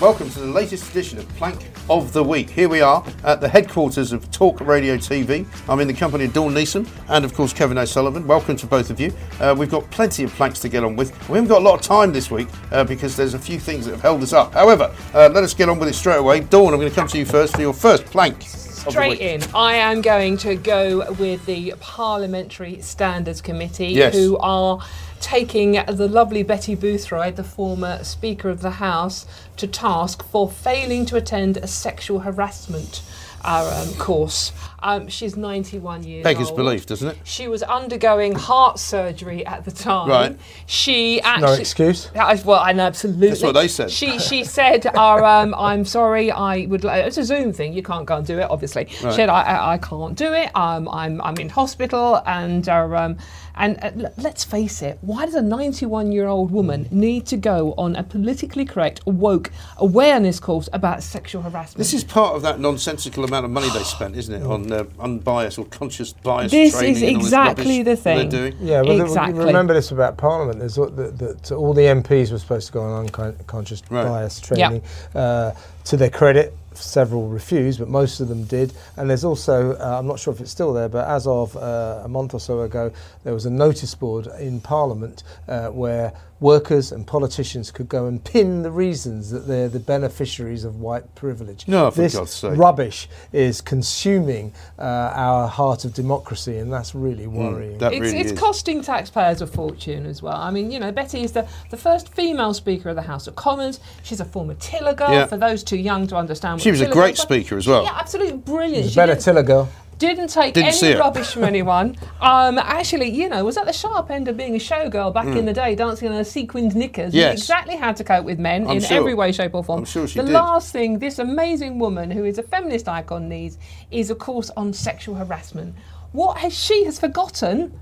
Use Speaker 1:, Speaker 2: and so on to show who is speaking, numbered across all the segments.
Speaker 1: Welcome to the latest edition of Plank of the Week. Here we are at the headquarters of Talk Radio TV. I'm in the company of Dawn Neeson and, of course, Kevin O'Sullivan. Welcome to both of you. Uh, we've got plenty of planks to get on with. We haven't got a lot of time this week uh, because there's a few things that have held us up. However, uh, let us get on with it straight away. Dawn, I'm going to come to you first for your first plank.
Speaker 2: Straight in. I am going to go with the Parliamentary Standards Committee,
Speaker 1: Yes.
Speaker 2: who are taking the lovely Betty Boothroyd, the former Speaker of the House, to task for failing to attend a sexual harassment uh, um, course. Um, she's 91 years
Speaker 1: Beggars
Speaker 2: old.
Speaker 1: belief, doesn't it?
Speaker 2: She was undergoing heart surgery at the time.
Speaker 1: Right.
Speaker 2: She actually
Speaker 3: excuse.
Speaker 2: That is- well, and absolutely.
Speaker 1: That's what they said.
Speaker 2: She she said, "Our um, I'm sorry. I would. Like, it's a Zoom thing. You can't go and do it. Obviously." She said, I, "I I can't do it. Um, I'm I'm in hospital and uh, um." And uh, l- let's face it, why does a 91 year old woman need to go on a politically correct, woke awareness course about sexual harassment?
Speaker 1: This is part of that nonsensical amount of money they spent, isn't it, on uh, unbiased or conscious bias
Speaker 2: This
Speaker 1: training
Speaker 2: is
Speaker 1: and all this
Speaker 2: exactly
Speaker 1: rubbish
Speaker 2: the
Speaker 1: that
Speaker 2: thing.
Speaker 1: They're doing.
Speaker 3: Yeah, well, th-
Speaker 2: Exactly.
Speaker 3: remember this about Parliament. There's all, that, that all the MPs were supposed to go on unconscious
Speaker 1: Right.
Speaker 3: bias
Speaker 2: Yeah.
Speaker 3: training. Uh, to their credit, several refused, but most of them did. And there's also, uh, I'm not sure if it's still there, but as of uh, a month or so ago, there was a notice board in Parliament uh, where workers and politicians could go and pin the reasons that they're the beneficiaries of white privilege.
Speaker 1: No, for
Speaker 3: this
Speaker 1: God's sake.
Speaker 3: rubbish is consuming uh, our heart of democracy, and that's really worrying.
Speaker 1: Hmm, That
Speaker 2: It's,
Speaker 1: really
Speaker 2: it's
Speaker 1: is.
Speaker 2: costing taxpayers a fortune as well. I mean, you know, Betty is the, the first female Speaker of the House of Commons. She's a former Tiller girl,
Speaker 1: Yeah.
Speaker 2: for those too young to understand. What
Speaker 1: She was a
Speaker 2: Tiller
Speaker 1: great
Speaker 2: girls are.
Speaker 1: speaker as well.
Speaker 2: Yeah, absolutely brilliant.
Speaker 3: It's
Speaker 2: She
Speaker 3: better
Speaker 2: didn't-
Speaker 3: Tiller girl.
Speaker 2: didn't take
Speaker 1: Didn't see
Speaker 2: any
Speaker 1: it.
Speaker 2: rubbish from anyone. Um, actually, you know, was at the sharp end of being a showgirl back in the day, dancing in her sequined knickers. knew
Speaker 1: Mm. Yes.
Speaker 2: exactly how to cope with men
Speaker 1: I'm
Speaker 2: in
Speaker 1: sure.
Speaker 2: every way, shape, or form.
Speaker 1: I'm sure she
Speaker 2: the
Speaker 1: did.
Speaker 2: last thing this amazing woman, who is a feminist icon, needs is a course on sexual harassment. What has she has forgotten?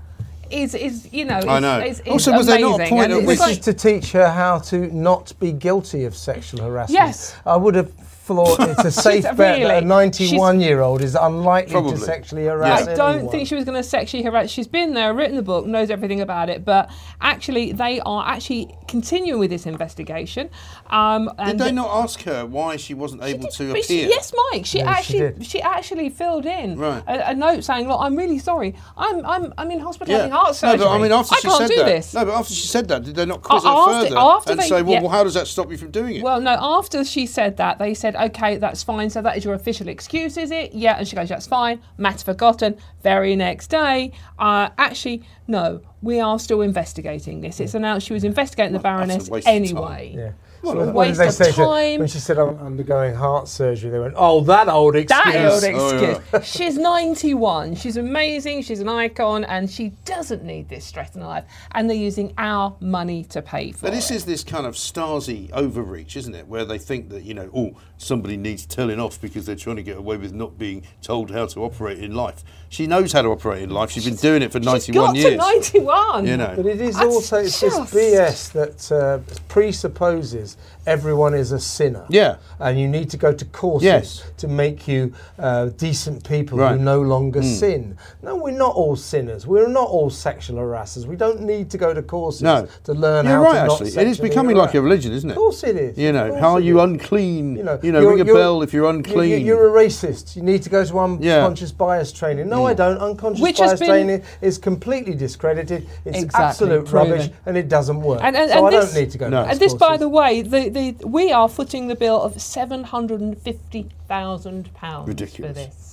Speaker 2: Is, is you know, is,
Speaker 1: I know.
Speaker 2: Is, is
Speaker 1: Also, was there
Speaker 2: amazing.
Speaker 1: not a point
Speaker 2: And
Speaker 1: at
Speaker 2: it's
Speaker 1: which-
Speaker 3: This
Speaker 2: like-
Speaker 3: is to teach her how to not be guilty of sexual harassment.
Speaker 2: Yes.
Speaker 3: I would have thought it's a safe bet that
Speaker 2: really-
Speaker 3: a 91 year old is unlikely
Speaker 1: Probably.
Speaker 3: to sexually
Speaker 1: Yeah.
Speaker 3: harass
Speaker 2: I don't
Speaker 3: anyone.
Speaker 2: think she was going to sexually harass. She's been there, written the book, knows everything about it. But actually, they are actually continuing with this investigation. Um,
Speaker 1: Did
Speaker 2: and
Speaker 1: they not ask her why she wasn't able to appear?
Speaker 2: But she- yes, Mike. She
Speaker 3: Yeah, she
Speaker 2: actually
Speaker 3: did.
Speaker 2: she, actually filled in
Speaker 1: Right.
Speaker 2: a, a note saying, "Look, I'm really sorry. I'm I'm I'm in hospital having heart
Speaker 1: no,
Speaker 2: surgery.
Speaker 1: but I mean, after
Speaker 2: I
Speaker 1: she
Speaker 2: can't
Speaker 1: said
Speaker 2: do
Speaker 1: that,
Speaker 2: this."
Speaker 1: no, but after she said that, did they not quiz
Speaker 2: after-
Speaker 1: her further
Speaker 2: after
Speaker 1: and
Speaker 2: they-
Speaker 1: say, well,
Speaker 2: yeah.
Speaker 1: well, how does that stop you from doing it?
Speaker 2: Well, no, after she said that, they said, okay, that's fine. So that is your official excuse, is it? Yeah. And she goes, that's fine. Matter forgotten. Very next day. Uh, actually, no, we are still investigating this. It's announced she was investigating the
Speaker 1: Well, that's a
Speaker 2: Baroness
Speaker 1: waste of time.
Speaker 2: anyway.
Speaker 3: Yeah.
Speaker 1: What
Speaker 3: So
Speaker 1: a
Speaker 3: what did
Speaker 2: waste
Speaker 3: they
Speaker 2: of
Speaker 3: say to her?
Speaker 2: time.
Speaker 3: when she said I'm undergoing heart surgery, they went, "Oh, that old excuse."
Speaker 2: That old
Speaker 1: Oh, yeah.
Speaker 2: excuse. She's 91. She's amazing. She's an icon, and she doesn't need this stress in her life. And they're using our money to pay for
Speaker 1: But this
Speaker 2: it.
Speaker 1: is this kind of Stasi overreach, isn't it? Where they think that, you know, oh, somebody needs telling off because they're trying to get away with not being told how to operate in life. She knows how to operate in life. She's been doing it for 91
Speaker 2: She's got
Speaker 1: years.
Speaker 2: to 91.
Speaker 1: You know.
Speaker 3: But it is
Speaker 2: That's
Speaker 3: also it's this
Speaker 2: just-
Speaker 3: BS that uh, presupposes everyone is a sinner.
Speaker 1: Yeah.
Speaker 3: And you need to go to courses
Speaker 1: Yes.
Speaker 3: to make you uh, decent people
Speaker 1: Right. Hmm.
Speaker 3: who no longer sin. No, we're not all sinners. We're not all sexual harassers. We don't need to go to courses
Speaker 1: no.
Speaker 3: to learn
Speaker 1: You're
Speaker 3: how
Speaker 1: right,
Speaker 3: to not
Speaker 1: actually. It is
Speaker 3: sexually
Speaker 1: becoming like a
Speaker 3: harass.
Speaker 1: religion, isn't it?
Speaker 3: Of course it is.
Speaker 1: You
Speaker 3: Of
Speaker 1: know,
Speaker 3: course
Speaker 1: how are
Speaker 3: it
Speaker 1: you
Speaker 3: is.
Speaker 1: unclean? You know,
Speaker 3: you're-
Speaker 1: ring a
Speaker 3: you're-
Speaker 1: bell if you're
Speaker 3: you-
Speaker 1: unclean.
Speaker 3: you- You're a racist. You need to go
Speaker 1: Yeah.
Speaker 3: to
Speaker 1: Mm.
Speaker 3: unconscious bias training. No, I don't. Unconscious
Speaker 2: Which has
Speaker 3: bias
Speaker 2: been-
Speaker 3: training is completely discredited. It's
Speaker 2: Exactly,
Speaker 3: absolute
Speaker 2: proven.
Speaker 3: rubbish, and it doesn't work.
Speaker 2: And- and-
Speaker 3: so
Speaker 2: and
Speaker 3: I
Speaker 2: this-
Speaker 3: don't need to go.
Speaker 1: No.
Speaker 3: to
Speaker 2: And this, by the way, the, the, we are footing the bill of seven hundred and fifty thousand pounds
Speaker 1: Ridiculous.
Speaker 2: for this.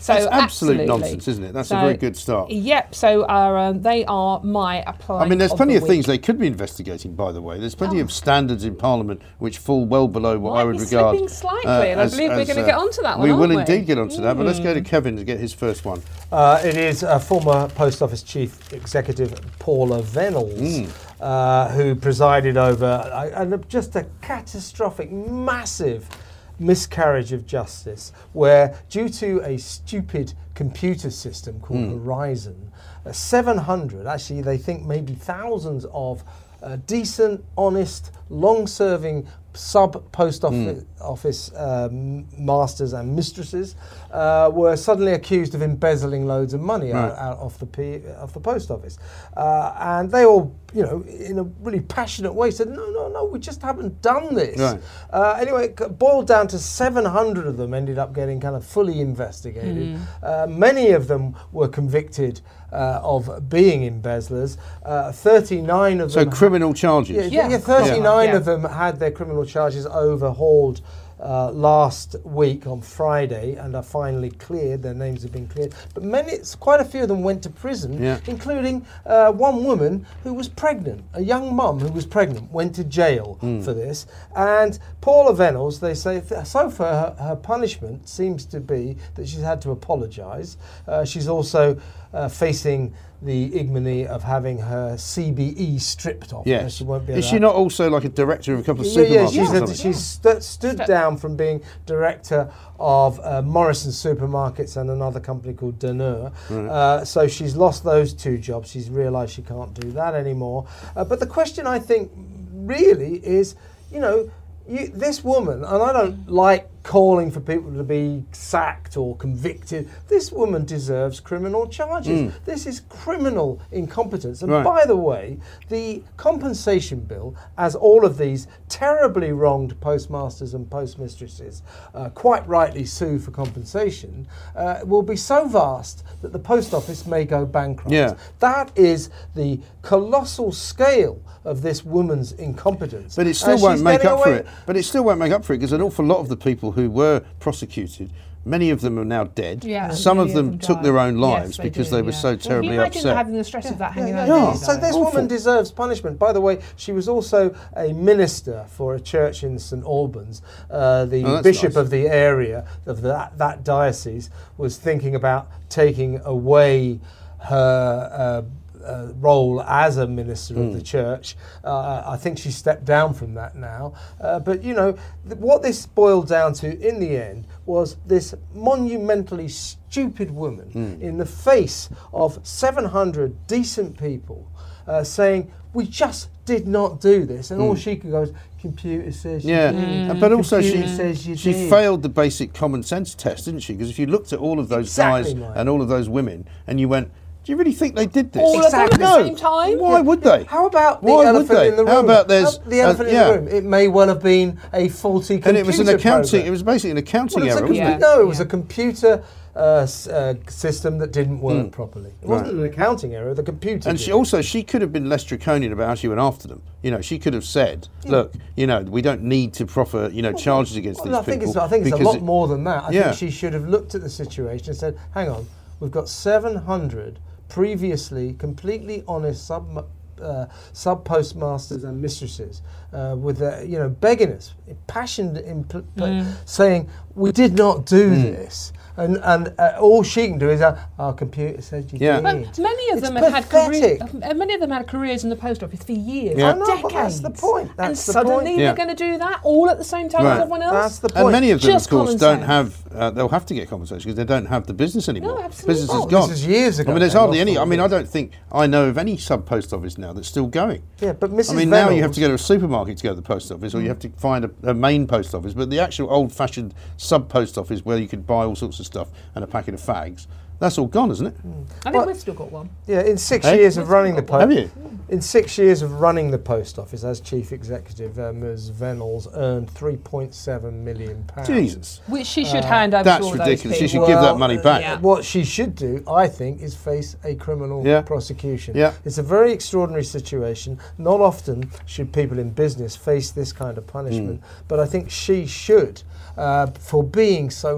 Speaker 2: So
Speaker 1: That's absolute
Speaker 2: absolutely.
Speaker 1: nonsense, isn't it? That's a very good start.
Speaker 2: Yep. So our, um, they are my applying.
Speaker 1: I mean, there's
Speaker 2: of
Speaker 1: plenty
Speaker 2: the
Speaker 1: of things
Speaker 2: week.
Speaker 1: they could be investigating, by the way. There's plenty of standards in Parliament which fall well below what
Speaker 2: Might
Speaker 1: I would
Speaker 2: be
Speaker 1: regard. uh,
Speaker 2: slipping slightly, and I believe we're gonna get onto that
Speaker 1: We
Speaker 2: one,
Speaker 1: will
Speaker 2: aren't we? Mm.
Speaker 1: indeed get onto that, but let's go to Kevin to get his first one.
Speaker 3: Uh, it is uh, former Post Office Chief Executive Paula Venables, uh, who presided over a, a, just a catastrophic, massive miscarriage of justice, where due to a stupid computer system called Horizon, uh, 700, actually, they think maybe thousands of uh, decent, honest, long-serving sub post office, office um, masters and mistresses uh, were suddenly accused of embezzling loads of money out, out of the P, of the post office, uh, and they all, you know, in a really passionate way said, "No, no, no, we just haven't done this."
Speaker 1: Right.
Speaker 3: Uh, anyway, it c- boiled down to 700 of them ended up getting kind of fully investigated. Uh, many of them were convicted uh, of being embezzlers. Uh, 39 of
Speaker 1: So,
Speaker 3: them.
Speaker 1: Oh, criminal charges.
Speaker 3: Yeah,
Speaker 2: Yeah.
Speaker 3: yeah, 39
Speaker 2: Yeah.
Speaker 3: of them had their criminal charges overhauled uh, last week on Friday and are finally cleared. Their names have been cleared. But many, it's quite a few of them went to prison,
Speaker 1: Yeah.
Speaker 3: including uh, one woman who was pregnant. A young mum who was pregnant went to jail
Speaker 1: Hmm.
Speaker 3: for this. And Paula Venables, they say, th- so far her, her punishment seems to be that she's had to apologise. Uh, she's also uh, facing the ignominy of having her CBE stripped off.
Speaker 1: Yes.
Speaker 3: Uh, She won't be
Speaker 1: Is she
Speaker 3: allowed-
Speaker 1: not also like a director of a couple of
Speaker 3: Yeah,
Speaker 1: supermarkets?
Speaker 3: yeah,
Speaker 1: or
Speaker 3: she's,
Speaker 1: something?
Speaker 3: a, she's stu- stood down from being director of uh, Morrison Supermarkets and another company called Danur. Uh, so she's lost those two jobs. She's realised she can't do that anymore. Uh, but the question I think really is, you know, you, this woman, and I don't like calling for people to be sacked or convicted. This woman deserves criminal charges. This is criminal incompetence. And
Speaker 1: Mm. Right.
Speaker 3: by the way, the compensation bill, as all of these terribly wronged postmasters and postmistresses uh, quite rightly sue for compensation, uh, will be so vast that the post office may go bankrupt.
Speaker 1: Yeah.
Speaker 3: That is the colossal scale of this woman's incompetence.
Speaker 1: But it still
Speaker 3: And
Speaker 1: won't
Speaker 3: uh, she's
Speaker 1: make
Speaker 3: getting
Speaker 1: up for
Speaker 3: away-
Speaker 1: it. But it still won't make up for it because an awful lot of the people who were prosecuted, many of them are now dead.
Speaker 2: Yeah,
Speaker 1: Some
Speaker 2: many
Speaker 1: of them
Speaker 2: of them
Speaker 1: took their
Speaker 2: died.
Speaker 1: own
Speaker 2: Yes,
Speaker 1: lives
Speaker 2: they
Speaker 1: because
Speaker 2: do,
Speaker 1: they were
Speaker 2: yeah.
Speaker 1: so
Speaker 2: Well, can you
Speaker 1: terribly
Speaker 2: imagine
Speaker 1: upset.
Speaker 2: having the stress of that hanging
Speaker 3: Yeah,
Speaker 2: over
Speaker 3: yeah.
Speaker 2: you,
Speaker 3: So
Speaker 2: though?
Speaker 3: this
Speaker 1: Awful.
Speaker 3: woman deserves punishment. By the way, she was also a minister for a church in St Albans. Uh, the
Speaker 1: Oh, that's
Speaker 3: bishop
Speaker 1: nice.
Speaker 3: of the area of that, that diocese was thinking about taking away her. Uh, uh, role as a minister of the church. Uh, I think she stepped down from that now. Uh, but you know, th- what this boiled down to in the end was this monumentally stupid woman in the face of 700 decent people uh, saying, We just did not do this. And all she could go is, Computer says, you
Speaker 1: Yeah,
Speaker 3: did.
Speaker 1: and- but also she
Speaker 3: Computer says Mm. you
Speaker 1: Mm. she
Speaker 3: did."
Speaker 1: failed the basic common sense test, didn't she? Because if you looked at all of those
Speaker 3: Exactly,
Speaker 1: guys
Speaker 3: Mike.
Speaker 1: and all of those women, and you went, "Do you really think they did this?"
Speaker 2: All of them at the
Speaker 1: No.
Speaker 2: same time?
Speaker 1: Why would they?
Speaker 3: How about the
Speaker 1: Why would
Speaker 3: elephant
Speaker 1: they?
Speaker 3: in the room?
Speaker 1: How about there's
Speaker 3: How- the
Speaker 1: uh,
Speaker 3: elephant in
Speaker 1: yeah.
Speaker 3: the room? It may well have been a faulty computer
Speaker 1: And it was an accounting.
Speaker 3: program.
Speaker 1: It was basically an accounting
Speaker 3: Well, it's a
Speaker 1: error. wasn't
Speaker 3: compu-
Speaker 1: it?
Speaker 3: No, it was
Speaker 2: Yeah.
Speaker 3: a computer uh, s- uh, system that didn't work properly. It wasn't an accounting error. The computer.
Speaker 1: Mm. And
Speaker 3: did
Speaker 1: she
Speaker 3: it.
Speaker 1: also she could have been less draconian about how she went after them. You know, she could have said, "Look, you know, we don't need to proffer you know charges against
Speaker 3: Well,
Speaker 1: these
Speaker 3: I think
Speaker 1: people."
Speaker 3: it's. I think it's a
Speaker 1: because
Speaker 3: lot
Speaker 1: it-
Speaker 3: more than that. I
Speaker 1: Yeah.
Speaker 3: think she should have looked at the situation and said, "Hang on, we've got 700 previously completely honest sub." Uh, sub postmasters and mistresses uh, with their, you know begging us impassioned impl-
Speaker 2: Mm.
Speaker 3: saying we did not do
Speaker 1: Mm.
Speaker 3: this and and uh, all she can do is uh, our computer said you
Speaker 1: Yeah.
Speaker 3: did
Speaker 2: But many of
Speaker 3: It's
Speaker 2: them had had careers.
Speaker 3: pathetic.
Speaker 2: Many of them had careers in the post office for years,
Speaker 1: Yeah. I
Speaker 3: know,
Speaker 2: decades.
Speaker 3: but that's the point.
Speaker 2: and
Speaker 3: That's the
Speaker 2: suddenly
Speaker 3: point.
Speaker 1: Yeah.
Speaker 2: they're going to do that all at the same time
Speaker 1: Right.
Speaker 2: as everyone else.
Speaker 3: That's the point.
Speaker 1: And many of them,
Speaker 2: Just
Speaker 1: of course,
Speaker 2: common
Speaker 1: don't
Speaker 2: sense.
Speaker 1: have. Uh, they'll have to get compensation because they don't have the business anymore.
Speaker 2: absolutely.
Speaker 1: Business is
Speaker 3: Oh, this
Speaker 1: gone.
Speaker 3: is years
Speaker 1: I
Speaker 3: ago
Speaker 1: mean, there's
Speaker 3: now,
Speaker 1: hardly
Speaker 3: not
Speaker 1: any. I mean, I
Speaker 3: forty.
Speaker 1: don't think I know of any sub post office now that's still going.
Speaker 3: Yeah, but Mrs. Mm.
Speaker 1: I mean, now you have
Speaker 3: Venables-
Speaker 1: to go to a supermarket to go to the post office, or you have to find a, a main post office. But the actual old-fashioned sub post office where you could buy all sorts of stuff and a packet of fags. That's all gone, isn't it?
Speaker 2: I think
Speaker 3: Well-
Speaker 2: we've still got one.
Speaker 3: Yeah, in six
Speaker 1: Hey?
Speaker 3: years of running the
Speaker 1: Have
Speaker 3: post,
Speaker 1: you?
Speaker 3: in six years of running the post office as chief executive, uh, Ms. Venel's earned 3.7 million pounds.
Speaker 1: Jesus.
Speaker 2: Which she should hand over
Speaker 1: Uh, that's
Speaker 2: to all
Speaker 1: ridiculous. She
Speaker 2: those
Speaker 1: should
Speaker 2: people.
Speaker 1: give that
Speaker 3: Well,
Speaker 1: money
Speaker 3: uh,
Speaker 1: back.
Speaker 2: yeah.
Speaker 3: What she should do, I think, is face a criminal
Speaker 1: Yeah.
Speaker 3: prosecution.
Speaker 1: Yeah.
Speaker 3: It's a very extraordinary situation. Not often should people in business face this kind of punishment,
Speaker 1: Hmm.
Speaker 3: but I think she should uh, for being so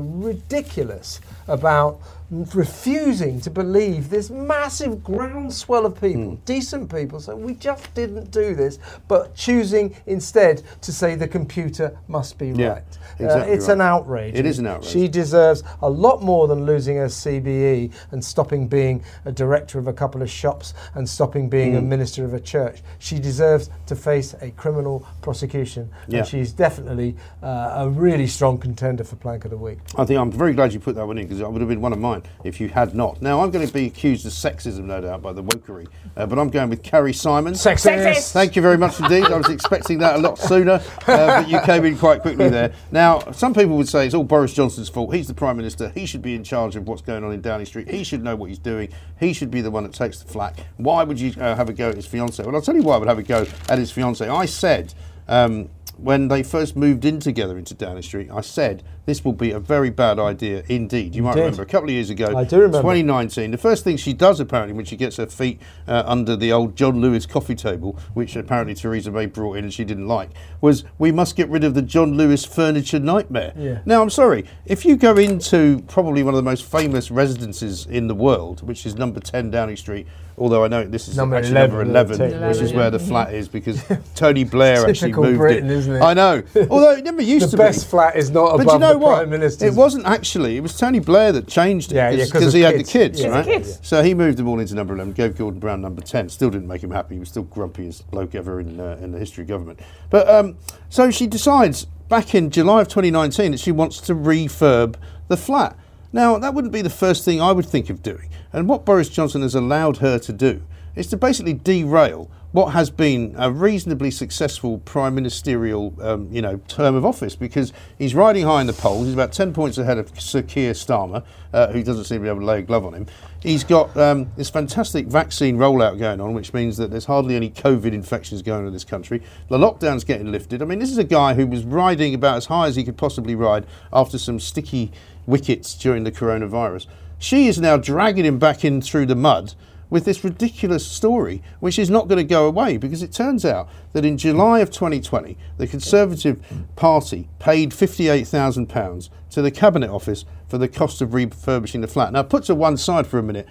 Speaker 3: ridiculous about m- refusing to believe this massive groundswell of
Speaker 1: Hmm.
Speaker 3: people, decent people, saying we just didn't do this, but choosing instead to say the computer must be
Speaker 1: Yeah,
Speaker 3: right. Uh,
Speaker 1: exactly
Speaker 3: it's
Speaker 1: right.
Speaker 3: an outrage.
Speaker 1: It is an outrage.
Speaker 3: She deserves a lot more than losing her CBE E and stopping being a director of a couple of shops and stopping being
Speaker 1: Hmm.
Speaker 3: a minister of a church. She deserves to face a criminal prosecution,
Speaker 1: Yeah.
Speaker 3: and she's definitely uh, a really strong contender for Plank of the Week.
Speaker 1: I think I'm very glad you put that one in because it would have been one of mine if you had not. Now, I'm going to be accused of sexism, no doubt, by the wokery, uh, but I'm going with Carrie Simon.
Speaker 2: Sexist.
Speaker 1: Thank you very much indeed. I was expecting that a lot sooner, uh, but you came in quite quickly there. Now, some people would say it's all Boris Johnson's fault. He's the Prime Minister. He should be in charge of what's going on in Downing Street. He should know what he's doing. He should be the one that takes the flak. Why would you uh, have a go at his fiancée? Well, I'll tell you why I would have a go at his fiancée. I said. Um, when they first moved in together into Downing Street, I said this will be a very bad idea indeed. You might
Speaker 3: did.
Speaker 1: remember a couple of years ago,
Speaker 3: I do remember.
Speaker 1: 2019. The first thing she does apparently when she gets her feet uh, under the old John Lewis coffee table, which apparently Theresa May brought in and she didn't like, was we must get rid of the John Lewis furniture nightmare.
Speaker 3: Yeah.
Speaker 1: Now I'm sorry, if you go into probably one of the most famous residences in the world, which is number 10 Downing Street, although I know this is
Speaker 3: Number
Speaker 1: actually
Speaker 3: 11,
Speaker 1: number 11,
Speaker 3: isn't it?
Speaker 1: which is
Speaker 2: Eleven,
Speaker 1: where
Speaker 2: yeah.
Speaker 1: the flat is because Tony Blair actually
Speaker 3: Typical
Speaker 1: moved
Speaker 3: Britain,
Speaker 1: it.
Speaker 3: isn't it?
Speaker 1: I know. Although it never used
Speaker 3: The
Speaker 1: to
Speaker 3: best
Speaker 1: be.
Speaker 3: flat is not
Speaker 1: But
Speaker 3: above
Speaker 1: you know
Speaker 3: the
Speaker 1: what?
Speaker 3: Prime Minister's.
Speaker 1: It wasn't actually. It was Tony Blair that changed it
Speaker 3: Yeah, yeah, 'cause
Speaker 1: because
Speaker 3: of
Speaker 1: he had the
Speaker 3: kids.
Speaker 1: kids,
Speaker 3: Yeah.
Speaker 1: right?
Speaker 2: Because of kids.
Speaker 1: So he moved them all into number 11, gave Gordon Brown number 10. Still didn't make him happy. He was still grumpy as bloke ever in, uh, in the history of government. But um, so she decides back in July of 2019 that she wants to refurb the flat. Now, that wouldn't be the first thing I would think of doing. And what Boris Johnson has allowed her to do is to basically derail what has been a reasonably successful prime ministerial, um, you know, term of office because he's riding high in the polls. He's about ten points ahead of Sir Keir Starmer, uh, who doesn't seem to be able to lay a glove on him. He's got um, this fantastic vaccine rollout going on, which means that there's hardly any COVID infections going on in this country. The lockdown's getting lifted. I mean, this is a guy who was riding about as high as he could possibly ride after some sticky wickets during the coronavirus. She is now dragging him back in through the mud with this ridiculous story, which is not going to go away because it turns out that in July of 2020, the Conservative Party paid £58,000 to the Cabinet Office for the cost of refurbishing the flat. Now, put to one side for a minute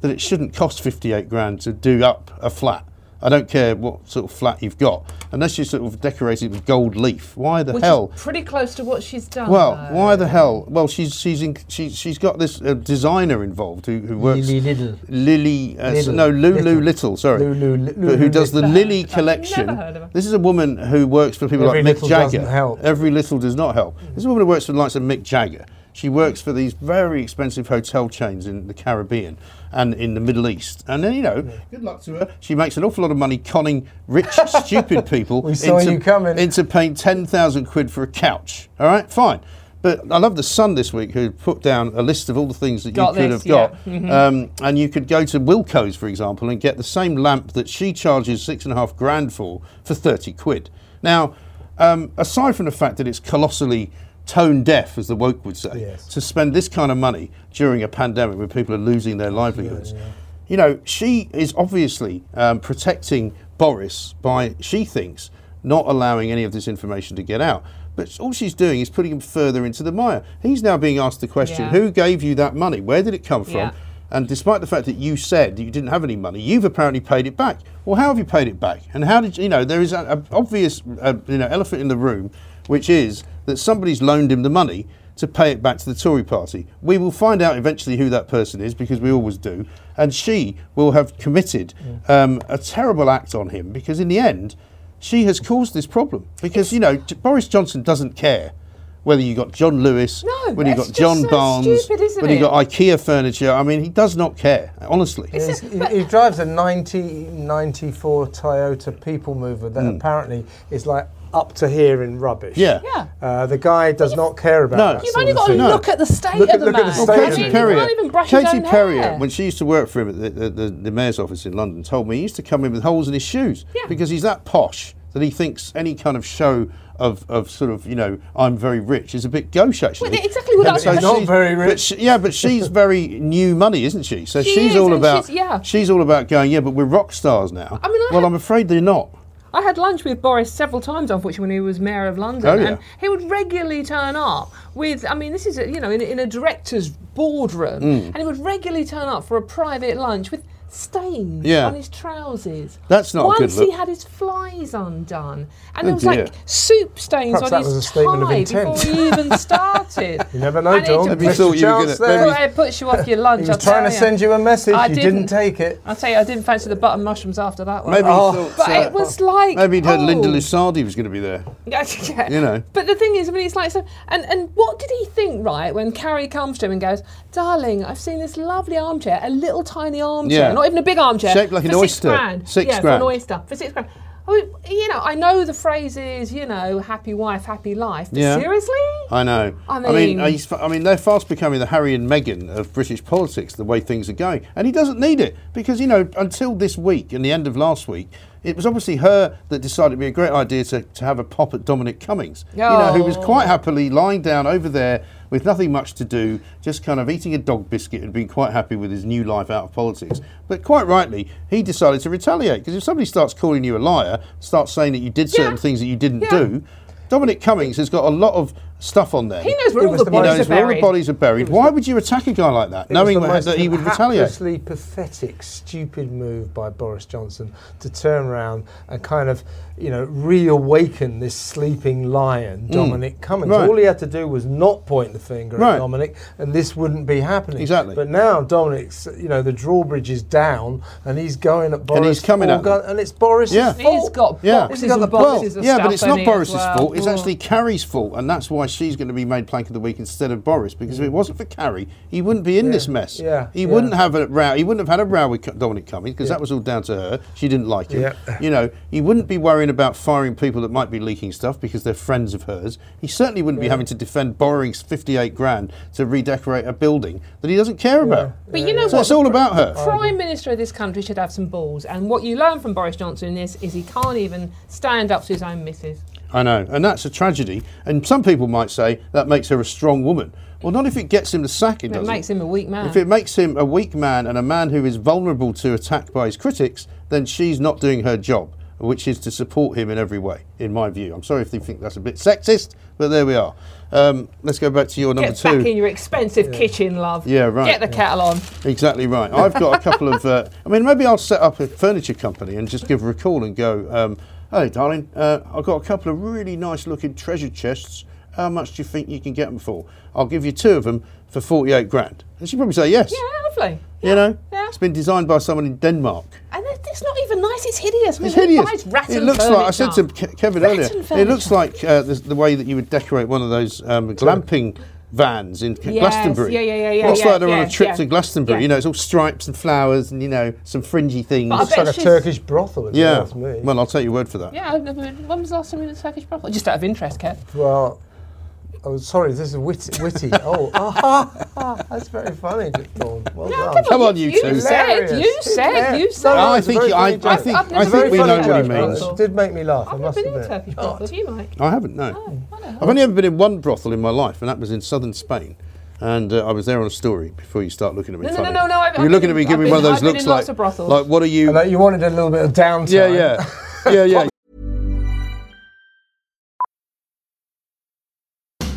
Speaker 1: that it shouldn't cost 58 grand to do up a flat. I don't care what sort of flat you've got, unless you sort of decorate it with gold leaf. Why the
Speaker 2: Which
Speaker 1: hell?
Speaker 2: is pretty close to what she's done.
Speaker 1: Well,
Speaker 2: though.
Speaker 1: why the hell? Well, she's she's in, she, she's got this uh, designer involved who, who works
Speaker 3: Lily Little.
Speaker 1: Lily uh, s-
Speaker 3: Little.
Speaker 1: no Lulu Little,
Speaker 3: Little.
Speaker 1: sorry
Speaker 3: Lulu Li-
Speaker 1: But who
Speaker 3: Lulu
Speaker 1: does the
Speaker 2: Little.
Speaker 1: Lily
Speaker 2: I've
Speaker 1: collection?
Speaker 2: never heard of her.
Speaker 1: This is a woman who works for people
Speaker 3: Every
Speaker 1: like Mick
Speaker 3: little
Speaker 1: Jagger.
Speaker 3: doesn't help.
Speaker 1: Every little does not help. This is a woman who works for the likes of Mick Jagger. She works for these very expensive hotel chains in the Caribbean and in the Middle East. And then, you know, good luck to her. She makes an awful lot of money conning rich, stupid people
Speaker 3: We saw
Speaker 1: into,
Speaker 3: you coming.
Speaker 1: into paying 10,000 quid for a couch. All right, fine. But I love The Sun this week, who put down a list of all the things that
Speaker 2: Got
Speaker 1: you could
Speaker 2: this,
Speaker 1: have got.
Speaker 2: yeah.
Speaker 1: Um, and you could go to Wilco's, for example, and get the same lamp that she charges six and a half grand for, for 30 quid. Now, um, aside from the fact that it's colossally tone deaf, as the woke would say,
Speaker 3: Yes.
Speaker 1: to spend this kind of money during a pandemic where people are losing their livelihoods, you know, she is obviously um, protecting Boris by, she thinks, not allowing any of this information to get out. But all she's doing is putting him further into the mire. He's now being asked the question
Speaker 2: Yeah.
Speaker 1: who who gave you that money? Where did it come from?
Speaker 2: Yeah.
Speaker 1: And despite the fact that you said that you didn't have any money, you've apparently paid it back. Well, how have you paid it back? And how did you, you know? There is an obvious, uh, you know, elephant in the room, which is that somebody's loaned him the money to pay it back to the Tory Party. We will find out eventually who that person is because we always do. And she will have committed um, a terrible act on him because in the end, she has caused this problem. Because you know, J- Boris Johnson doesn't care whether you got John Lewis,
Speaker 2: No,
Speaker 1: when you got
Speaker 2: that's just
Speaker 1: John
Speaker 2: so
Speaker 1: Barnes,
Speaker 2: stupid, isn't
Speaker 1: when you
Speaker 2: it?
Speaker 1: got IKEA furniture. I mean, he does not care, honestly.
Speaker 3: He's- He, he drives a 1994 Toyota People Mover that apparently is like up to here in rubbish.
Speaker 1: Hmm. Yeah.
Speaker 2: Yeah.
Speaker 3: Uh, the guy does not care about
Speaker 1: No. You've
Speaker 3: that.
Speaker 2: You've
Speaker 3: sort
Speaker 2: only
Speaker 3: of
Speaker 2: got to
Speaker 3: thing.
Speaker 1: No.
Speaker 2: look at the state
Speaker 3: Look at-
Speaker 2: of the
Speaker 3: look at
Speaker 2: man.
Speaker 3: the
Speaker 1: Well,
Speaker 3: state of
Speaker 2: Katy
Speaker 3: it.
Speaker 1: Katy Perry,
Speaker 2: You Oh, can't even brush his
Speaker 1: Katy
Speaker 2: own
Speaker 1: Perry,
Speaker 2: hair.
Speaker 1: when she used to work for him at the, the, the, the mayor's office in London, told me he used to come in with holes in his shoes
Speaker 2: Yeah.
Speaker 1: because he's that posh that he thinks any kind of show of, of sort of, you know, I'm very rich is a bit gauche, actually.
Speaker 2: Well, exactly what
Speaker 1: And
Speaker 2: I was gonna
Speaker 3: Not
Speaker 1: she's-
Speaker 3: very
Speaker 1: but
Speaker 3: rich.
Speaker 1: she- yeah, but she's very new money, isn't she? So
Speaker 2: She
Speaker 1: she's
Speaker 2: is,
Speaker 1: all
Speaker 2: and
Speaker 1: about
Speaker 2: she's- yeah.
Speaker 1: she's all about going, yeah, but we're rock stars now.
Speaker 2: I mean, I
Speaker 1: well,
Speaker 2: had- Oh.
Speaker 1: I'm afraid they're not.
Speaker 2: I had lunch with Boris several times, unfortunately, when he was mayor of London,
Speaker 1: Oh, yeah.
Speaker 2: and he would regularly turn up with. I mean, this is a, you know in, in a director's boardroom,
Speaker 1: Mm.
Speaker 2: and he would regularly turn up for a private lunch with stains
Speaker 1: Yeah.
Speaker 2: on his trousers.
Speaker 1: That's not a
Speaker 2: Once
Speaker 1: good look. Oh,
Speaker 2: he had his flies undone, and there was
Speaker 1: dear.
Speaker 2: like soup stains
Speaker 3: Perhaps
Speaker 2: on
Speaker 3: that
Speaker 2: his
Speaker 3: was a statement of
Speaker 2: tie
Speaker 3: intent.
Speaker 2: before he even started.
Speaker 3: You never know,
Speaker 2: And it-
Speaker 3: Dawn.
Speaker 1: Maybe
Speaker 3: Missed
Speaker 1: thought
Speaker 3: the
Speaker 1: you were
Speaker 3: chance
Speaker 1: gonna-
Speaker 3: there.
Speaker 1: maybe-
Speaker 2: Well, it puts you off your lunch.
Speaker 3: He
Speaker 2: I'll
Speaker 3: was trying
Speaker 2: tell
Speaker 3: to send you a message.
Speaker 2: I
Speaker 3: you didn't take it.
Speaker 2: I'll tell you, I didn't fancy the button mushrooms after that one.
Speaker 1: Maybe he
Speaker 3: Oh.
Speaker 1: thought,
Speaker 2: But
Speaker 1: uh,
Speaker 2: it was like
Speaker 1: maybe he'd heard Linda
Speaker 2: oh.
Speaker 1: Lusardi was going to be there.
Speaker 2: Yeah, yeah.
Speaker 1: You know.
Speaker 2: But the thing is, I mean, it's like so. And and what did he think, right, when Carrie comes to him and goes, "Darling, I've seen this lovely armchair, a little tiny armchair,
Speaker 1: Yeah.
Speaker 2: not even a big armchair,
Speaker 1: Shaped like
Speaker 2: for
Speaker 1: an
Speaker 2: six
Speaker 1: oyster.
Speaker 2: grand.
Speaker 1: Six
Speaker 2: yeah,
Speaker 1: grand.
Speaker 2: for an oyster, for six grand." I mean, you know, I know the phrase is, you know, happy wife, happy life. But
Speaker 1: Yeah.
Speaker 2: seriously?
Speaker 1: I know.
Speaker 2: I
Speaker 1: I mean,
Speaker 2: mean-
Speaker 1: he's fa- I mean, they're fast becoming the Harry and Meghan of British politics, the way things are going. And he doesn't need it because, you know, until this week and the end of last week, it was obviously her that decided it'd be a great idea to, to have a pop at Dominic Cummings, you know, who was
Speaker 2: Oh.
Speaker 1: quite happily lying down over there with nothing much to do, just kind of eating a dog biscuit and being quite happy with his new life out of politics. But quite rightly, he decided to retaliate because if somebody starts calling you a liar, starts saying that you did certain
Speaker 2: Yeah.
Speaker 1: things that you didn't
Speaker 2: Yeah.
Speaker 1: do, Dominic Cummings has got a lot of stuff on there.
Speaker 2: He knows where
Speaker 3: It
Speaker 2: all
Speaker 3: was
Speaker 2: the
Speaker 3: the
Speaker 1: He
Speaker 3: most-
Speaker 2: bodies
Speaker 1: knows
Speaker 2: are
Speaker 1: where all
Speaker 2: buried.
Speaker 1: the bodies are buried. Why would you attack a guy like that,
Speaker 3: It was
Speaker 1: knowing
Speaker 3: the
Speaker 1: that
Speaker 3: most
Speaker 1: that he would retaliate?
Speaker 3: haplessly pathetic, stupid move by Boris Johnson to turn around and kind of, you know, reawaken this sleeping lion, Dominic Cummings.
Speaker 1: Mm. Right.
Speaker 3: All he had to do was not point the finger
Speaker 1: Right.
Speaker 3: at Dominic, and this wouldn't be happening.
Speaker 1: Exactly.
Speaker 3: But now Dominic's, you know, the drawbridge is down, and he's going at Boris.
Speaker 1: he's coming
Speaker 3: all
Speaker 1: at them.
Speaker 3: gun- and it's Boris'
Speaker 1: Yeah.
Speaker 3: fault.
Speaker 2: He's got
Speaker 1: Yeah.
Speaker 2: boxes
Speaker 3: He's got the
Speaker 2: and boxes
Speaker 1: well,
Speaker 2: of
Speaker 1: yeah,
Speaker 2: stuff
Speaker 1: but it's
Speaker 2: in
Speaker 1: not
Speaker 2: it
Speaker 1: Boris's
Speaker 2: as well.
Speaker 1: fault. It's
Speaker 2: Oh.
Speaker 1: actually Carrie's fault, and that's why she's going to be made plank of the week instead of Boris. Because if it wasn't for Carrie, he wouldn't be in this mess.
Speaker 3: Mm. yeah,
Speaker 1: he
Speaker 3: yeah.
Speaker 1: wouldn't have a row. He wouldn't have had a row with Dominic Cummings because that was all down to her. She didn't like him.
Speaker 3: Yeah.
Speaker 1: You know, he wouldn't be worrying about firing people that might be leaking stuff because they're friends of hers. He certainly wouldn't be having to defend borrowing 58 grand to redecorate a building that he doesn't care about.
Speaker 2: But you know
Speaker 1: so
Speaker 2: what?
Speaker 1: it's all about her.
Speaker 2: Prime Minister of this country should have some balls. And what you learn from Boris Johnson in this is he can't even stand up to his own missus.
Speaker 1: I know, and that's a tragedy. And some people might say that makes her a strong woman. Well, not if it gets him the sack. It
Speaker 2: It
Speaker 1: doesn't.
Speaker 2: makes him a weak man.
Speaker 1: If it makes him a weak man and a man who is vulnerable to attack by his critics, then she's not doing her job, which is to support him in every way, in my view. I'm sorry if you think that's a bit sexist, but there we are. Um, let's go back to your number
Speaker 2: Get
Speaker 1: two.
Speaker 2: back in your expensive kitchen, love.
Speaker 1: Yeah, right.
Speaker 2: Get the kettle on.
Speaker 1: Exactly right. I've got a couple of. Uh, I mean, maybe I'll set up a furniture company and just give her a call and go, um, "Hey, darling, uh, I've got a couple of really nice-looking treasure chests. How much do you think you can get them for? I'll give you two of them for forty-eight grand." And she'd probably say yes.
Speaker 2: Yeah, lovely.
Speaker 1: You know,
Speaker 2: yeah.
Speaker 1: it's been designed by someone in Denmark.
Speaker 2: And it- it's not even nice. It's hideous. I mean,
Speaker 1: It's
Speaker 2: who
Speaker 1: hideous.
Speaker 2: buys rattan
Speaker 1: It looks like I said to
Speaker 2: furniture?
Speaker 1: Ke- Kevin
Speaker 2: Rattan
Speaker 1: earlier. It looks
Speaker 2: furniture.
Speaker 1: like uh, the, the way that you would decorate one of those um, glamping vans in
Speaker 2: Yes,
Speaker 1: Glastonbury.
Speaker 2: yeah, yeah, yeah, yeah,
Speaker 1: Looks
Speaker 2: yeah,
Speaker 1: like they're on
Speaker 2: yeah,
Speaker 1: a trip
Speaker 2: yeah.
Speaker 1: to Glastonbury.
Speaker 2: Yeah.
Speaker 1: You know, it's all stripes and flowers and you know some fringy things.
Speaker 2: But I
Speaker 3: It's
Speaker 2: bet
Speaker 3: like a
Speaker 2: she's-
Speaker 3: Turkish brothel, as
Speaker 1: yeah.
Speaker 3: well as me.
Speaker 1: Well, I'll take your word for that.
Speaker 2: Yeah, I've never been. When was the last time you had a Turkish brothel? Just out of interest, Kev.
Speaker 3: Well, oh, sorry, this is witty. witty. oh, ah, ah, that's very funny, Dawn. Well done.
Speaker 1: Come on, you, two.
Speaker 2: You said. You
Speaker 3: Hilarious.
Speaker 2: said. You
Speaker 3: Hilarious.
Speaker 2: said.
Speaker 3: No,
Speaker 1: I
Speaker 3: it's a
Speaker 1: think
Speaker 3: very
Speaker 1: you-
Speaker 3: funny
Speaker 1: I- I
Speaker 3: joke.
Speaker 1: think-
Speaker 2: I've never I think seen we
Speaker 3: It's
Speaker 2: know
Speaker 3: a very
Speaker 2: what he
Speaker 3: funny
Speaker 2: means.
Speaker 3: joke, but It did make me laugh. I
Speaker 2: I've never
Speaker 3: must
Speaker 2: been in a
Speaker 3: admit.
Speaker 2: Turkish brothel. Have you, Mike?
Speaker 1: I haven't, no.
Speaker 2: Oh,
Speaker 1: I've only ever been in one brothel in my life, and that was in southern Spain. And uh, I was there on a story before you start looking at me.
Speaker 2: No, no,
Speaker 1: funny.
Speaker 2: no, no, no, I've-
Speaker 1: You're
Speaker 2: I've
Speaker 1: looking
Speaker 2: been-
Speaker 1: at me,
Speaker 2: I've
Speaker 1: giving me
Speaker 2: been-
Speaker 1: one of those
Speaker 2: I've been
Speaker 1: looks
Speaker 2: in lots
Speaker 1: like,
Speaker 2: of brothels.
Speaker 1: like, what are you?
Speaker 3: Although you wanted a little bit of downtime.
Speaker 1: yeah, yeah, yeah, yeah.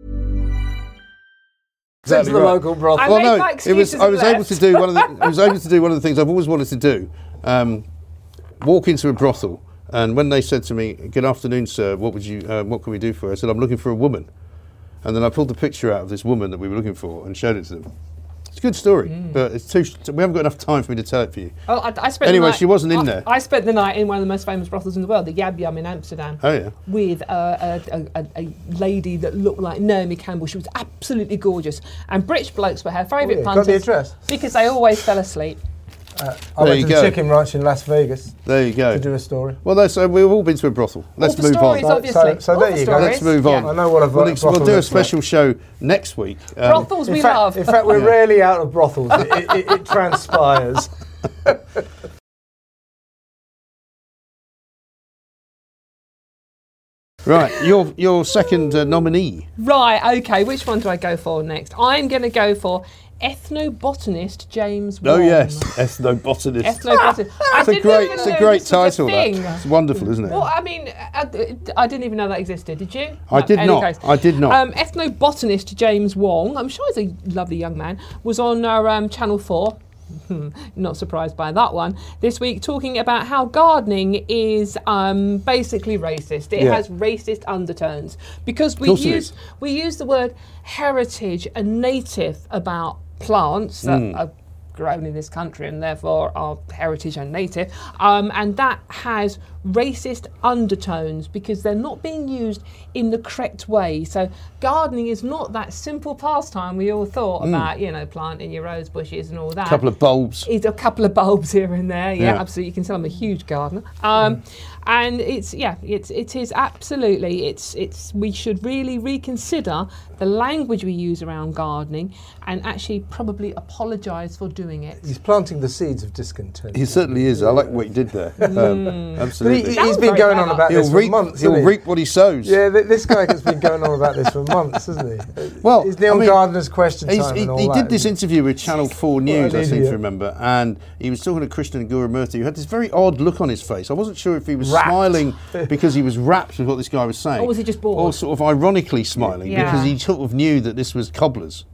Speaker 3: Exactly
Speaker 1: Exactly
Speaker 3: to the
Speaker 1: right.
Speaker 3: local brothel.
Speaker 2: I
Speaker 1: well,
Speaker 2: made
Speaker 1: no,
Speaker 2: my
Speaker 1: it was.
Speaker 2: excuses
Speaker 1: I was
Speaker 2: and
Speaker 1: able to
Speaker 2: left.
Speaker 1: do one of the. I was able to do one of the things I've always wanted to do. Um, walk into a brothel, and when they said to me, "Good afternoon, sir. What would you? Uh, what can we do for?" you?" I said, "I'm looking for a woman," and then I pulled the picture out of this woman that we were looking for and showed it to them. It's a good story,
Speaker 2: Mm.
Speaker 1: but it's too. We haven't got enough time for me to tell it for you.
Speaker 2: Well, I, I spent
Speaker 1: Anyway,
Speaker 2: the night,
Speaker 1: she wasn't in
Speaker 2: I-
Speaker 1: there.
Speaker 2: I spent the night in one of the most famous brothels in the world, the Yab Yum in Amsterdam.
Speaker 1: Oh, yeah.
Speaker 2: With uh, a, a, a, a lady that looked like Naomi Campbell. She was absolutely gorgeous, and British blokes were her favourite
Speaker 1: Oh,
Speaker 3: yeah, got the
Speaker 2: punters
Speaker 3: address.
Speaker 2: because they always fell asleep.
Speaker 3: I
Speaker 1: There
Speaker 3: went
Speaker 1: you
Speaker 3: to the
Speaker 1: go.
Speaker 3: chicken ranch in Las Vegas
Speaker 1: There you go.
Speaker 3: to do a story.
Speaker 1: well, that's, uh, we've all been to a brothel. Let's
Speaker 2: for
Speaker 1: move
Speaker 2: stories,
Speaker 1: on.
Speaker 3: Right,
Speaker 2: obviously.
Speaker 3: so- so
Speaker 2: All
Speaker 3: there
Speaker 2: the
Speaker 3: you go.
Speaker 2: stories.
Speaker 1: Let's move on.
Speaker 3: I know what I've
Speaker 1: We'll,
Speaker 3: got-
Speaker 1: ex- we'll
Speaker 3: brothel
Speaker 1: do a
Speaker 3: looks like.
Speaker 1: special show next week. Um,
Speaker 2: Brothels
Speaker 3: In
Speaker 2: we
Speaker 3: fact,
Speaker 2: love.
Speaker 3: in fact, we're
Speaker 1: Yeah.
Speaker 3: rarely out of brothels. It, it, it, it transpires.
Speaker 1: right, your your second uh, nominee.
Speaker 2: Right, okay, which one do I go for next? I'm going to go for ethnobotanist James
Speaker 1: Oh
Speaker 2: Wong.
Speaker 1: yes, ethnobotanist.
Speaker 2: Ethnobotanist. I
Speaker 1: It's a
Speaker 2: didn't
Speaker 1: great,
Speaker 2: even
Speaker 1: it's a
Speaker 2: know
Speaker 1: great
Speaker 2: this was a
Speaker 1: title. That
Speaker 2: thing.
Speaker 1: it's wonderful, isn't it?
Speaker 2: Well, I mean, I, I didn't even know that existed. Did you?
Speaker 1: I did
Speaker 2: any
Speaker 1: not. I did not.
Speaker 2: Um, ethnobotanist James Wong, I'm sure he's a lovely young man, was on our um, Channel 4. Hmm, not surprised by that one. This week, talking about how gardening is um, basically racist. It
Speaker 1: Yeah.
Speaker 2: has racist undertones because we
Speaker 1: course it
Speaker 2: use
Speaker 1: is.
Speaker 2: we use the word heritage and native about plants that
Speaker 1: Mm.
Speaker 2: are grown in this country and therefore are heritage and native. Um, and that has racist undertones because they're not being used in the correct way. So gardening is not that simple pastime we all thought about, you know, planting your rose bushes and all that.
Speaker 1: a Mm. couple of bulbs.
Speaker 2: Is a couple of bulbs here and there. Yeah,
Speaker 1: Yeah.
Speaker 2: absolutely. You can tell I'm a huge gardener. Um, and it's yeah, it's it is absolutely it's it's we should really reconsider the language we use around gardening and actually probably apologise for doing it.
Speaker 3: He's planting the seeds of discontent.
Speaker 1: He certainly is. I like what he did there.
Speaker 2: Mm.
Speaker 1: Um,
Speaker 3: But he,
Speaker 1: absolutely.
Speaker 3: has
Speaker 2: was
Speaker 3: been
Speaker 2: very
Speaker 3: going on
Speaker 2: clever.
Speaker 3: about
Speaker 1: He'll
Speaker 3: this
Speaker 1: reap.
Speaker 3: for months.
Speaker 1: he'll
Speaker 3: hasn't he?
Speaker 1: reap what he sows.
Speaker 3: Yeah, th- this guy has been going on about this for months, hasn't he?
Speaker 1: Well,
Speaker 3: it's Neil
Speaker 1: I mean,
Speaker 3: Gardner's question time
Speaker 1: He's- he,
Speaker 3: and all
Speaker 1: he
Speaker 3: that,
Speaker 1: did this
Speaker 3: isn't
Speaker 1: interview with Channel 4 News, I
Speaker 3: an
Speaker 1: seem to
Speaker 3: idiot.
Speaker 1: remember, and he was talking to Krishnan Gurumurthy, who had this very odd look on his face. I wasn't sure if he was
Speaker 3: Rapt.
Speaker 1: smiling because he was rapt with what this guy was saying.
Speaker 2: Or was he just bored?
Speaker 1: Or sort of ironically smiling
Speaker 2: Yeah.
Speaker 1: because he sort of knew that this was cobblers.